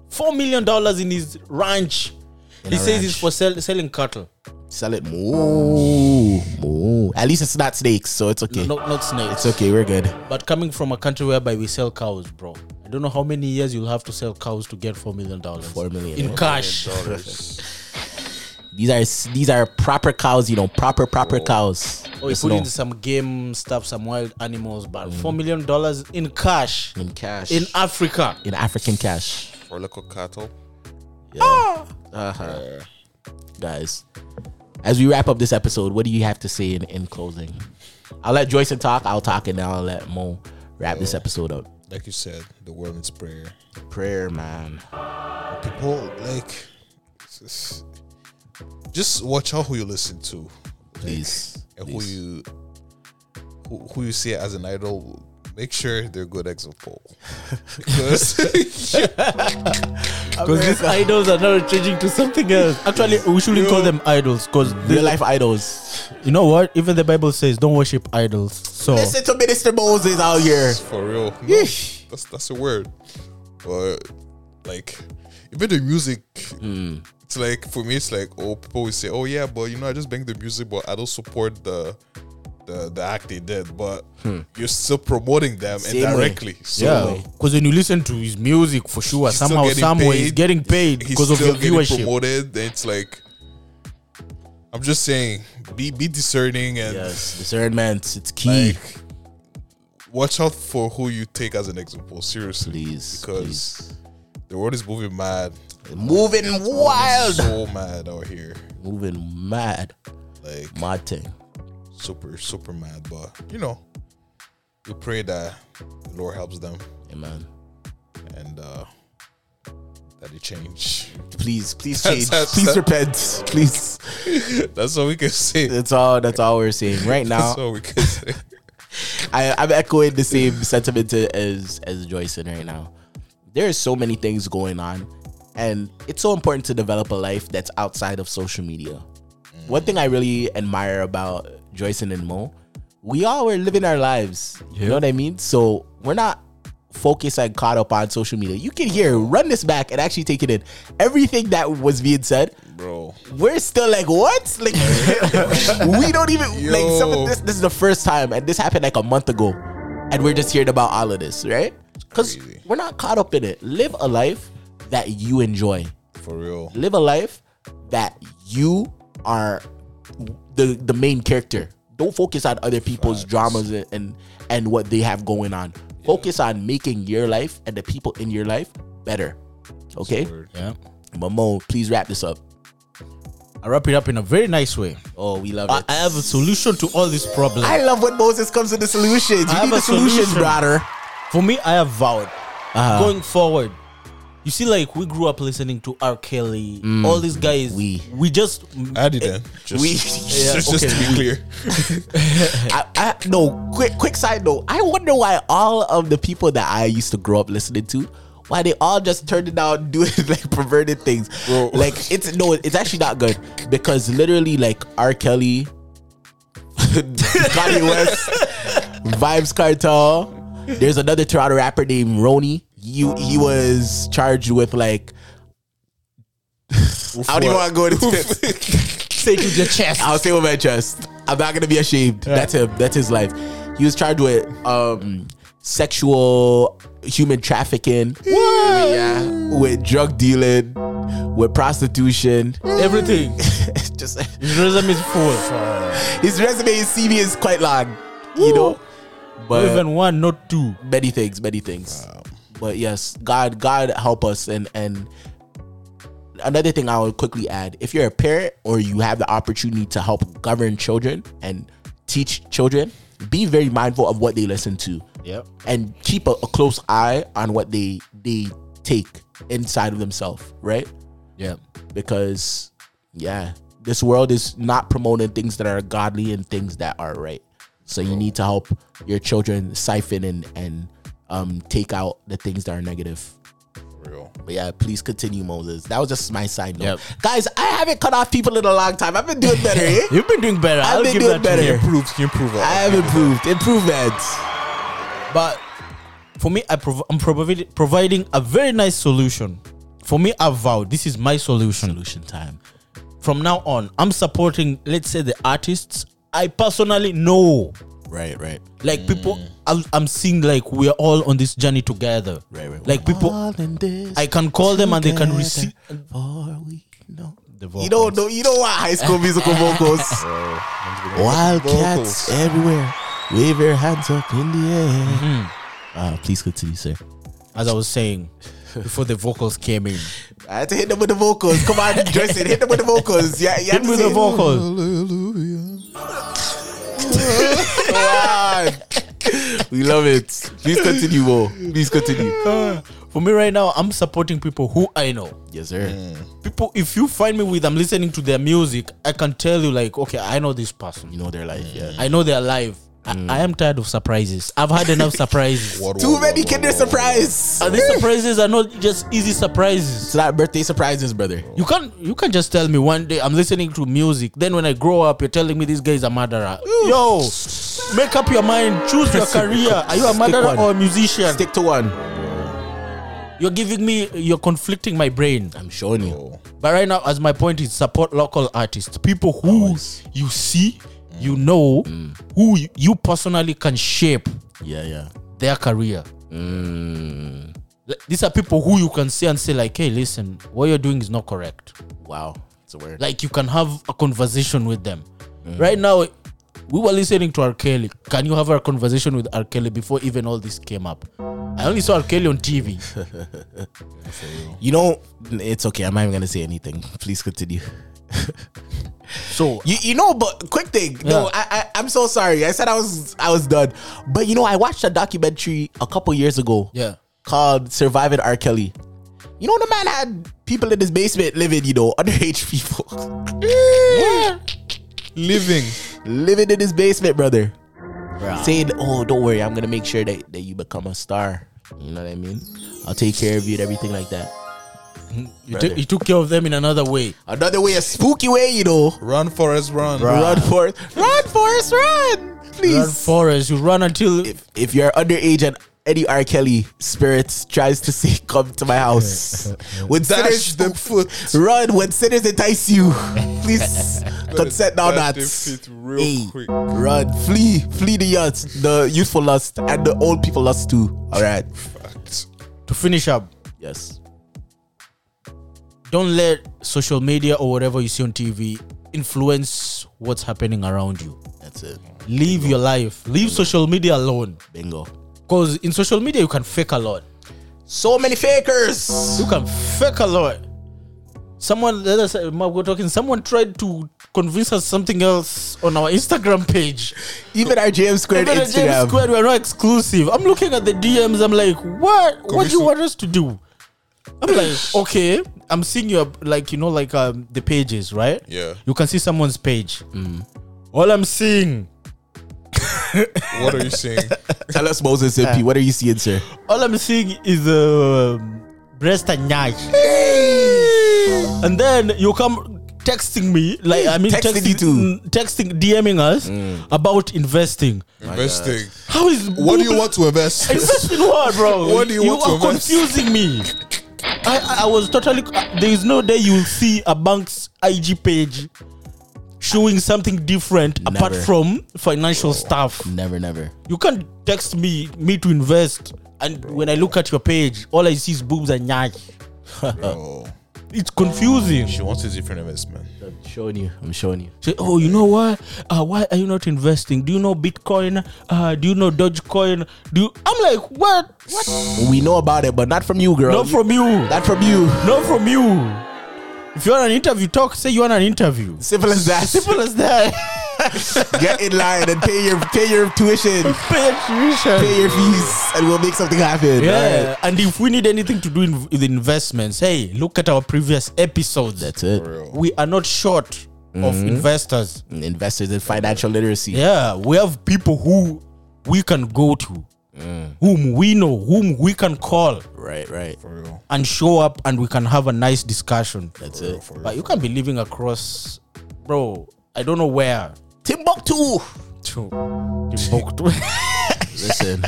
Speaker 4: four million dollars in his ranch. he
Speaker 2: a
Speaker 4: says it's
Speaker 2: ranch.
Speaker 4: for sell, selling cattle,
Speaker 2: Sell it. Moo. Moo. At least it's not snakes, so it's okay.
Speaker 4: not not snakes.
Speaker 2: It's okay. We're good.
Speaker 4: But coming from a country whereby we sell cows, bro, I don't know how many years you'll have to sell cows to get four million dollars.
Speaker 2: Four million.
Speaker 4: in cash.
Speaker 2: These are these are proper cows, you know, proper proper cows.
Speaker 4: Or Oh, you
Speaker 2: Just
Speaker 4: put
Speaker 2: know.
Speaker 4: in some game stuff, some wild animals, but
Speaker 2: Mm.
Speaker 4: four million dollars in cash
Speaker 2: in cash
Speaker 4: in
Speaker 2: in,
Speaker 4: Africa.
Speaker 2: African cash,
Speaker 3: Or little cattle.
Speaker 2: guys. As we wrap up this episode, what do you have to say in, in closing? I'll let Joyce talk. I'll talk, and then I'll let Mo wrap this episode up.
Speaker 3: Like you said, the world needs prayer.
Speaker 2: Prayer, man.
Speaker 3: people like it's- it's- just watch out who you listen to
Speaker 2: Please,
Speaker 3: and who
Speaker 2: please.
Speaker 3: you who, who you see as an idol make sure they're good example because
Speaker 4: Because these idols are now changing to something else. Actually, we shouldn't call them idols because
Speaker 2: Real life idols.
Speaker 4: you know what? Even the Bible says don't worship idols. So
Speaker 2: Listen to Minister Moses out here.
Speaker 3: for real no,
Speaker 2: Yeesh.
Speaker 3: that's that's a word but like even the music
Speaker 4: Hmm.
Speaker 3: it's like for me it's like oh people will say oh yeah but you know i just bang the music but i don't support the the, the act they did but you're still promoting them
Speaker 2: Same way.
Speaker 3: indirectly so
Speaker 4: Hmm. yeah, because when you listen to his music, for sure,
Speaker 3: He's still
Speaker 4: somehow,
Speaker 3: getting
Speaker 4: somewhere,
Speaker 3: paid.
Speaker 4: he's getting paid
Speaker 3: he's
Speaker 4: because of
Speaker 3: still
Speaker 4: the
Speaker 3: getting
Speaker 4: viewership.
Speaker 3: promoted. then It's like I'm just saying, be be discerning and
Speaker 2: Yes, discernment. It's key.
Speaker 3: like watch out for who you take as an example. Seriously,
Speaker 2: Please,
Speaker 3: because the world is moving mad,
Speaker 2: Moving wild.
Speaker 3: so mad out here,
Speaker 2: Moving mad.
Speaker 3: like
Speaker 2: Mad thing.
Speaker 3: super super mad. But you know, we pray that the Lord helps them
Speaker 2: Amen.
Speaker 3: and uh that they change. [laughs]
Speaker 2: Please, please
Speaker 3: That's-
Speaker 2: change.
Speaker 3: that's-
Speaker 2: please repent. Please.
Speaker 3: That's all we can say. That's
Speaker 2: That's all. That's all we're saying right now.
Speaker 3: all we
Speaker 2: [laughs]
Speaker 3: can say.
Speaker 2: I, I'm echoing the same sentiment to- as as Joyson right now. There are so many things going on, and it's so important to develop a life that's outside of social media. One thing I really admire about Joyson and Mo, we all were living our lives. You know what I mean? So we're not focused and caught up on social media. You can hear, run this back and actually take it in. Everything that was being said,
Speaker 3: Bro,
Speaker 2: we're still like what
Speaker 3: [laughs]
Speaker 2: like we don't even like some
Speaker 3: Yo.
Speaker 2: of this this is the first time and this happened like a month ago and we're just hearing about all of this right because
Speaker 3: crazy.
Speaker 2: we're not caught up in it live a life that you enjoy
Speaker 3: for real.
Speaker 2: live a life that you are the the main character don't focus on other people's dramas and, and and what they have going on focus on making your life and the people in your life better okay
Speaker 4: yeah,
Speaker 2: but mo please wrap this up
Speaker 4: I wrap it up in a very nice way.
Speaker 2: oh we love
Speaker 4: I,
Speaker 2: it
Speaker 4: I have a solution to all these problems.
Speaker 2: I love when Moses comes with the solutions. You
Speaker 4: I have
Speaker 2: need the
Speaker 4: a
Speaker 2: solutions,
Speaker 4: solution.
Speaker 2: brother.
Speaker 4: For me, I have vowed going forward. You see, like we grew up listening to R. Kelly, all these guys.
Speaker 2: We.
Speaker 4: Mm. we just eh,
Speaker 3: I didn't. Just,
Speaker 4: [laughs]
Speaker 2: We- [laughs] Yeah,
Speaker 3: just, just to be clear.
Speaker 2: I, I, no, quick, quick side note. I wonder why all of the people that I used to grow up listening to, why they all just turned it out [laughs] doing like perverted things.
Speaker 3: Bro.
Speaker 2: Like it's no, it's actually not good because literally like R. Kelly, [laughs] Kanye West, Vibes Cartel. There's another Toronto rapper named Roni. You he was charged with like I don't even want to go into this. [laughs]
Speaker 4: say to your chest.
Speaker 2: I'll say with my chest. I'm not gonna be ashamed. That's him. That's his life. He was charged with um sexual human trafficking. Yeah. With drug dealing, with prostitution. [laughs]
Speaker 4: Everything.
Speaker 2: Just
Speaker 4: His resume is full.
Speaker 2: his resume, his CV is quite long. You know? But
Speaker 4: Not even one, not two.
Speaker 2: many things, many things. But yes, God, God help us. And and another thing I would quickly add: if you're a parent or you have the opportunity to help govern children and teach children, be very mindful of what they listen to.
Speaker 4: Yep.
Speaker 2: And keep a, a close eye on what they they take inside of themselves, right?
Speaker 4: Yeah.
Speaker 2: Because yeah, this world is not promoting things that are godly and things that are right. So you need to help your children siphon and and um, take out the things that are negative.
Speaker 3: Real.
Speaker 2: But yeah, please continue, Moses. That was just my side note,
Speaker 4: Yep.
Speaker 2: guys. I haven't cut off people in a long time. I've been
Speaker 4: [laughs]
Speaker 2: doing better. eh?
Speaker 4: You've been doing better.
Speaker 2: I've
Speaker 4: will
Speaker 2: been
Speaker 4: give
Speaker 2: doing
Speaker 4: that to
Speaker 2: better.
Speaker 4: you.
Speaker 3: Improves, you improve.
Speaker 2: I have improved. Improvements.
Speaker 4: But for me, I prov- I'm provi- providing a very nice solution. For me, I vow this is my solution. Solution time. From now on, I'm supporting, let's say, the artists I personally know.
Speaker 2: Right, right,
Speaker 4: Like people, I'm, I'm seeing like we are all on this journey together.
Speaker 2: right, right.
Speaker 4: Like people,
Speaker 2: All in this
Speaker 4: I can call them and they can
Speaker 2: together,
Speaker 4: receive.
Speaker 2: for we know.
Speaker 4: The
Speaker 2: You don't know. You don't want High School Musical vocals. Wildcats
Speaker 3: Vocals.
Speaker 2: everywhere. Wave your hands up in the air. Uh, please Ah, continue, sir.
Speaker 4: as I was saying, before the vocals came in.
Speaker 2: I had to hit them with the vocals. Come on, Joyson, hit them with the vocals. Yeah, yeah.
Speaker 4: Hit with the vocals.
Speaker 2: We love it. Please continue, Mo. Please continue.
Speaker 4: For me right now, I'm supporting people who I know.
Speaker 2: Yes, sir.
Speaker 4: People, if you find me with, I'm listening to their music, I can tell you like, okay, I know this person.
Speaker 2: You know their life. Yeah. Mm.
Speaker 4: I know they're alive. I, I am tired of surprises. I've
Speaker 2: [laughs]
Speaker 4: had enough surprises.
Speaker 2: Too many kinder surprise.
Speaker 4: And these surprises are not just easy surprises.
Speaker 2: It's not birthday surprises, brother.
Speaker 4: You can't you can't just tell me one day I'm listening to music. Then when I grow up, you're telling me this guy is a murderer. Yo, make up your mind. Choose your career. Are you a
Speaker 2: Stick
Speaker 4: murderer
Speaker 2: one.
Speaker 4: or a musician?
Speaker 2: Stick to one.
Speaker 4: You're giving me you're conflicting my brain.
Speaker 2: I'm showing you.
Speaker 4: But right now, as my point is, support local artists, people who you see, you know, who you- you personally can shape
Speaker 2: Yeah, yeah.
Speaker 4: their career.
Speaker 2: Mm.
Speaker 4: Like, These are people who you can see and say, like, hey, listen, what you're doing is not correct.
Speaker 2: Wow. It's a word.
Speaker 4: Like, you can have a conversation with them. Right now, we were listening to R. Kelly. Can you have a conversation with R. Kelly before even all this came up? I only saw R. Kelly
Speaker 2: [laughs]
Speaker 4: on TV.
Speaker 2: You know, it's okay. I'm not even gonna say anything. Please continue.
Speaker 4: So,
Speaker 2: You, you know, but quick thing. No,
Speaker 4: Yeah.
Speaker 2: I, I I'm so sorry. I said I was I was done. But you know, I watched a documentary a couple years ago.
Speaker 4: Yeah.
Speaker 2: Called Surviving R. Kelly. You know, the man had people in his basement living, you know, [laughs] underage people.
Speaker 5: Living.
Speaker 2: living in his basement, brother. Saying, Oh, don't worry, I'm gonna make sure that, that you become a star. You know what I mean? I'll take care of you and everything like that.
Speaker 4: you, took- you took care of them in another way.
Speaker 2: Another way, a spooky way, you know.
Speaker 5: Run, Forrest, run.
Speaker 2: Run forth. Run forest, run! Please.
Speaker 4: Run forest, you run until
Speaker 2: if if you're underage and any R. Kelly spirit tries to say, "Come to my [laughs] house," when
Speaker 5: Dash
Speaker 2: sinners
Speaker 5: the foot.
Speaker 2: run, when sinners entice you,
Speaker 5: [laughs]
Speaker 2: please consent now
Speaker 5: Dash
Speaker 2: not.
Speaker 5: the feet real
Speaker 2: Hey,
Speaker 5: quick.
Speaker 2: Run, flee, flee the youth, the youthful lust, and the old people lust too. All right.
Speaker 4: to finish up.
Speaker 2: Yes.
Speaker 4: don't let social media or whatever you see on TV influence what's happening around you.
Speaker 2: That's it.
Speaker 4: Live your life. Leave social media alone.
Speaker 2: Bingo.
Speaker 4: Because in social media, you can fake a lot.
Speaker 2: So many fakers.
Speaker 4: You can fake a lot. Someone, the other side, Mark, we're talking, someone tried to convince us something else on our Instagram page.
Speaker 2: Even our JM squared
Speaker 4: Even at James
Speaker 2: Instagram.
Speaker 4: Squared, we're not exclusive. I'm looking at the DMs. I'm like, what? What do you want us to do? I'm like, okay. I'm seeing your like, you know, like um, the pages, right?
Speaker 5: Yeah.
Speaker 4: You can see someone's page. Mm. All I'm seeing,
Speaker 5: What are you saying?
Speaker 2: Tell us, Moses MP, what are you seeing, sir?
Speaker 4: all I'm seeing is um breast and nyash. And then you come texting me, like I mean,
Speaker 2: Texting you too.
Speaker 4: mm, texting, DMing us about investing.
Speaker 5: Investing.
Speaker 4: How is
Speaker 5: Mm. What do you want to invest?
Speaker 4: [laughs] Invest in what, bro?
Speaker 5: [laughs] What do you want
Speaker 4: are
Speaker 5: to invest?
Speaker 4: confusing me. I, I, I was totally. uh, there is no day you'll see a bank's IG page showing something different apart
Speaker 2: Never.
Speaker 4: from financial
Speaker 5: Oh.
Speaker 4: stuff.
Speaker 2: Never, never.
Speaker 4: You can't text me me to invest, and when I look at your page, all I see is boobs and nyash.
Speaker 5: oh.
Speaker 4: It's confusing.
Speaker 5: She wants a different investment.
Speaker 2: I'm showing you. I'm showing you.
Speaker 4: Say, oh, you know what? Uh, why are you not investing? Do you know Bitcoin? Uh, do you know Dogecoin? Do you? I'm like, what? What?
Speaker 2: We know about it, but not from you, girl.
Speaker 4: Not from you.
Speaker 2: Not from you.
Speaker 4: Not from you. If you want an interview, talk. Say you want an interview.
Speaker 2: Simple as that.
Speaker 4: [laughs] Simple as that.
Speaker 2: [laughs] Get in line and pay your pay your tuition,
Speaker 4: Pay attention.
Speaker 2: pay your fees, and we'll make something happen.
Speaker 4: Yeah.
Speaker 2: Alright.
Speaker 4: And if we need anything to do in, with investments, hey, look at our previous episodes.
Speaker 2: that's it. Mm-hmm.
Speaker 4: We are not short of investors.
Speaker 2: Investors in financial literacy.
Speaker 4: Yeah, we have people who we can go to,
Speaker 2: Mm.
Speaker 4: whom we know, whom we can call
Speaker 2: Right, right.
Speaker 4: and show up, and we can have a nice discussion.
Speaker 2: That's it.
Speaker 4: But you can't be living across, bro. I don't know where.
Speaker 2: Timbuktu.
Speaker 4: to Timbuktu.
Speaker 2: Listen,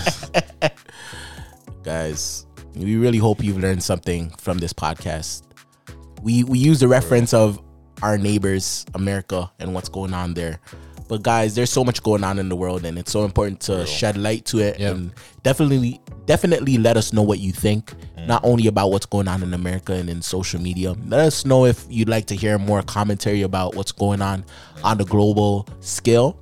Speaker 2: guys, we really hope you've learned something from this podcast. We we use the reference of our neighbors, America, and what's going on there. But guys, there's so much going on in the world, and it's so important to shed light to it. And definitely, definitely let us know what you think,
Speaker 4: Mm.
Speaker 2: not only about what's going on in America and in social media. Let us know if you'd like to hear more commentary about what's going on on the global scale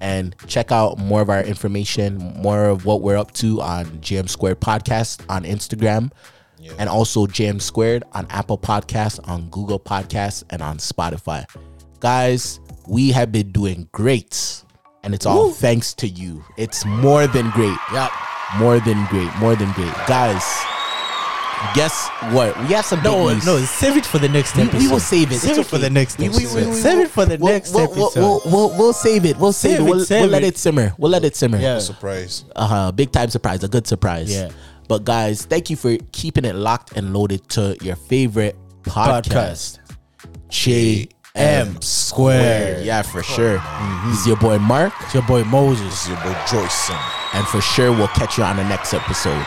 Speaker 2: and check out more of our information, more of what we're up to on GM Squared Podcast on Instagram and also Jam Squared on Apple Podcasts, on Google Podcasts, and on Spotify. Guys, we have been doing great, and it's all thanks to you. It's more than great.
Speaker 4: Yep.
Speaker 2: More than great. More than great. Guys, guess what? We have some big
Speaker 4: No,
Speaker 2: news.
Speaker 4: no, save it for the next
Speaker 2: We,
Speaker 4: episode.
Speaker 2: we will save it.
Speaker 4: Save
Speaker 2: It's
Speaker 4: it for
Speaker 2: okay.
Speaker 4: the next
Speaker 2: We- we- we-
Speaker 4: episode.
Speaker 2: we-
Speaker 4: save it for the
Speaker 2: we'll-
Speaker 4: next
Speaker 2: we'll,
Speaker 4: episode.
Speaker 2: We'll, we'll, we'll save it. We'll save,
Speaker 4: Save
Speaker 2: it.
Speaker 4: it,
Speaker 2: We'll, we'll
Speaker 4: save
Speaker 2: let
Speaker 4: it.
Speaker 2: it simmer. We'll let it simmer
Speaker 4: yeah.
Speaker 5: Surprise.
Speaker 2: uh-huh big time surprise a good surprise
Speaker 4: Yeah.
Speaker 2: but guys thank you for keeping it locked and loaded to your favorite podcast,
Speaker 4: Podcast.
Speaker 2: jm square yeah for sure This is your boy mark
Speaker 4: Mm-hmm. It's your boy Moses.
Speaker 5: Your boy Joyson.
Speaker 2: and for sure we'll catch you on the next episode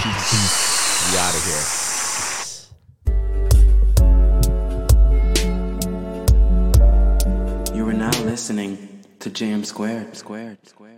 Speaker 2: peace we out of here
Speaker 1: You are now listening to Jam Squared. Squared. Squared.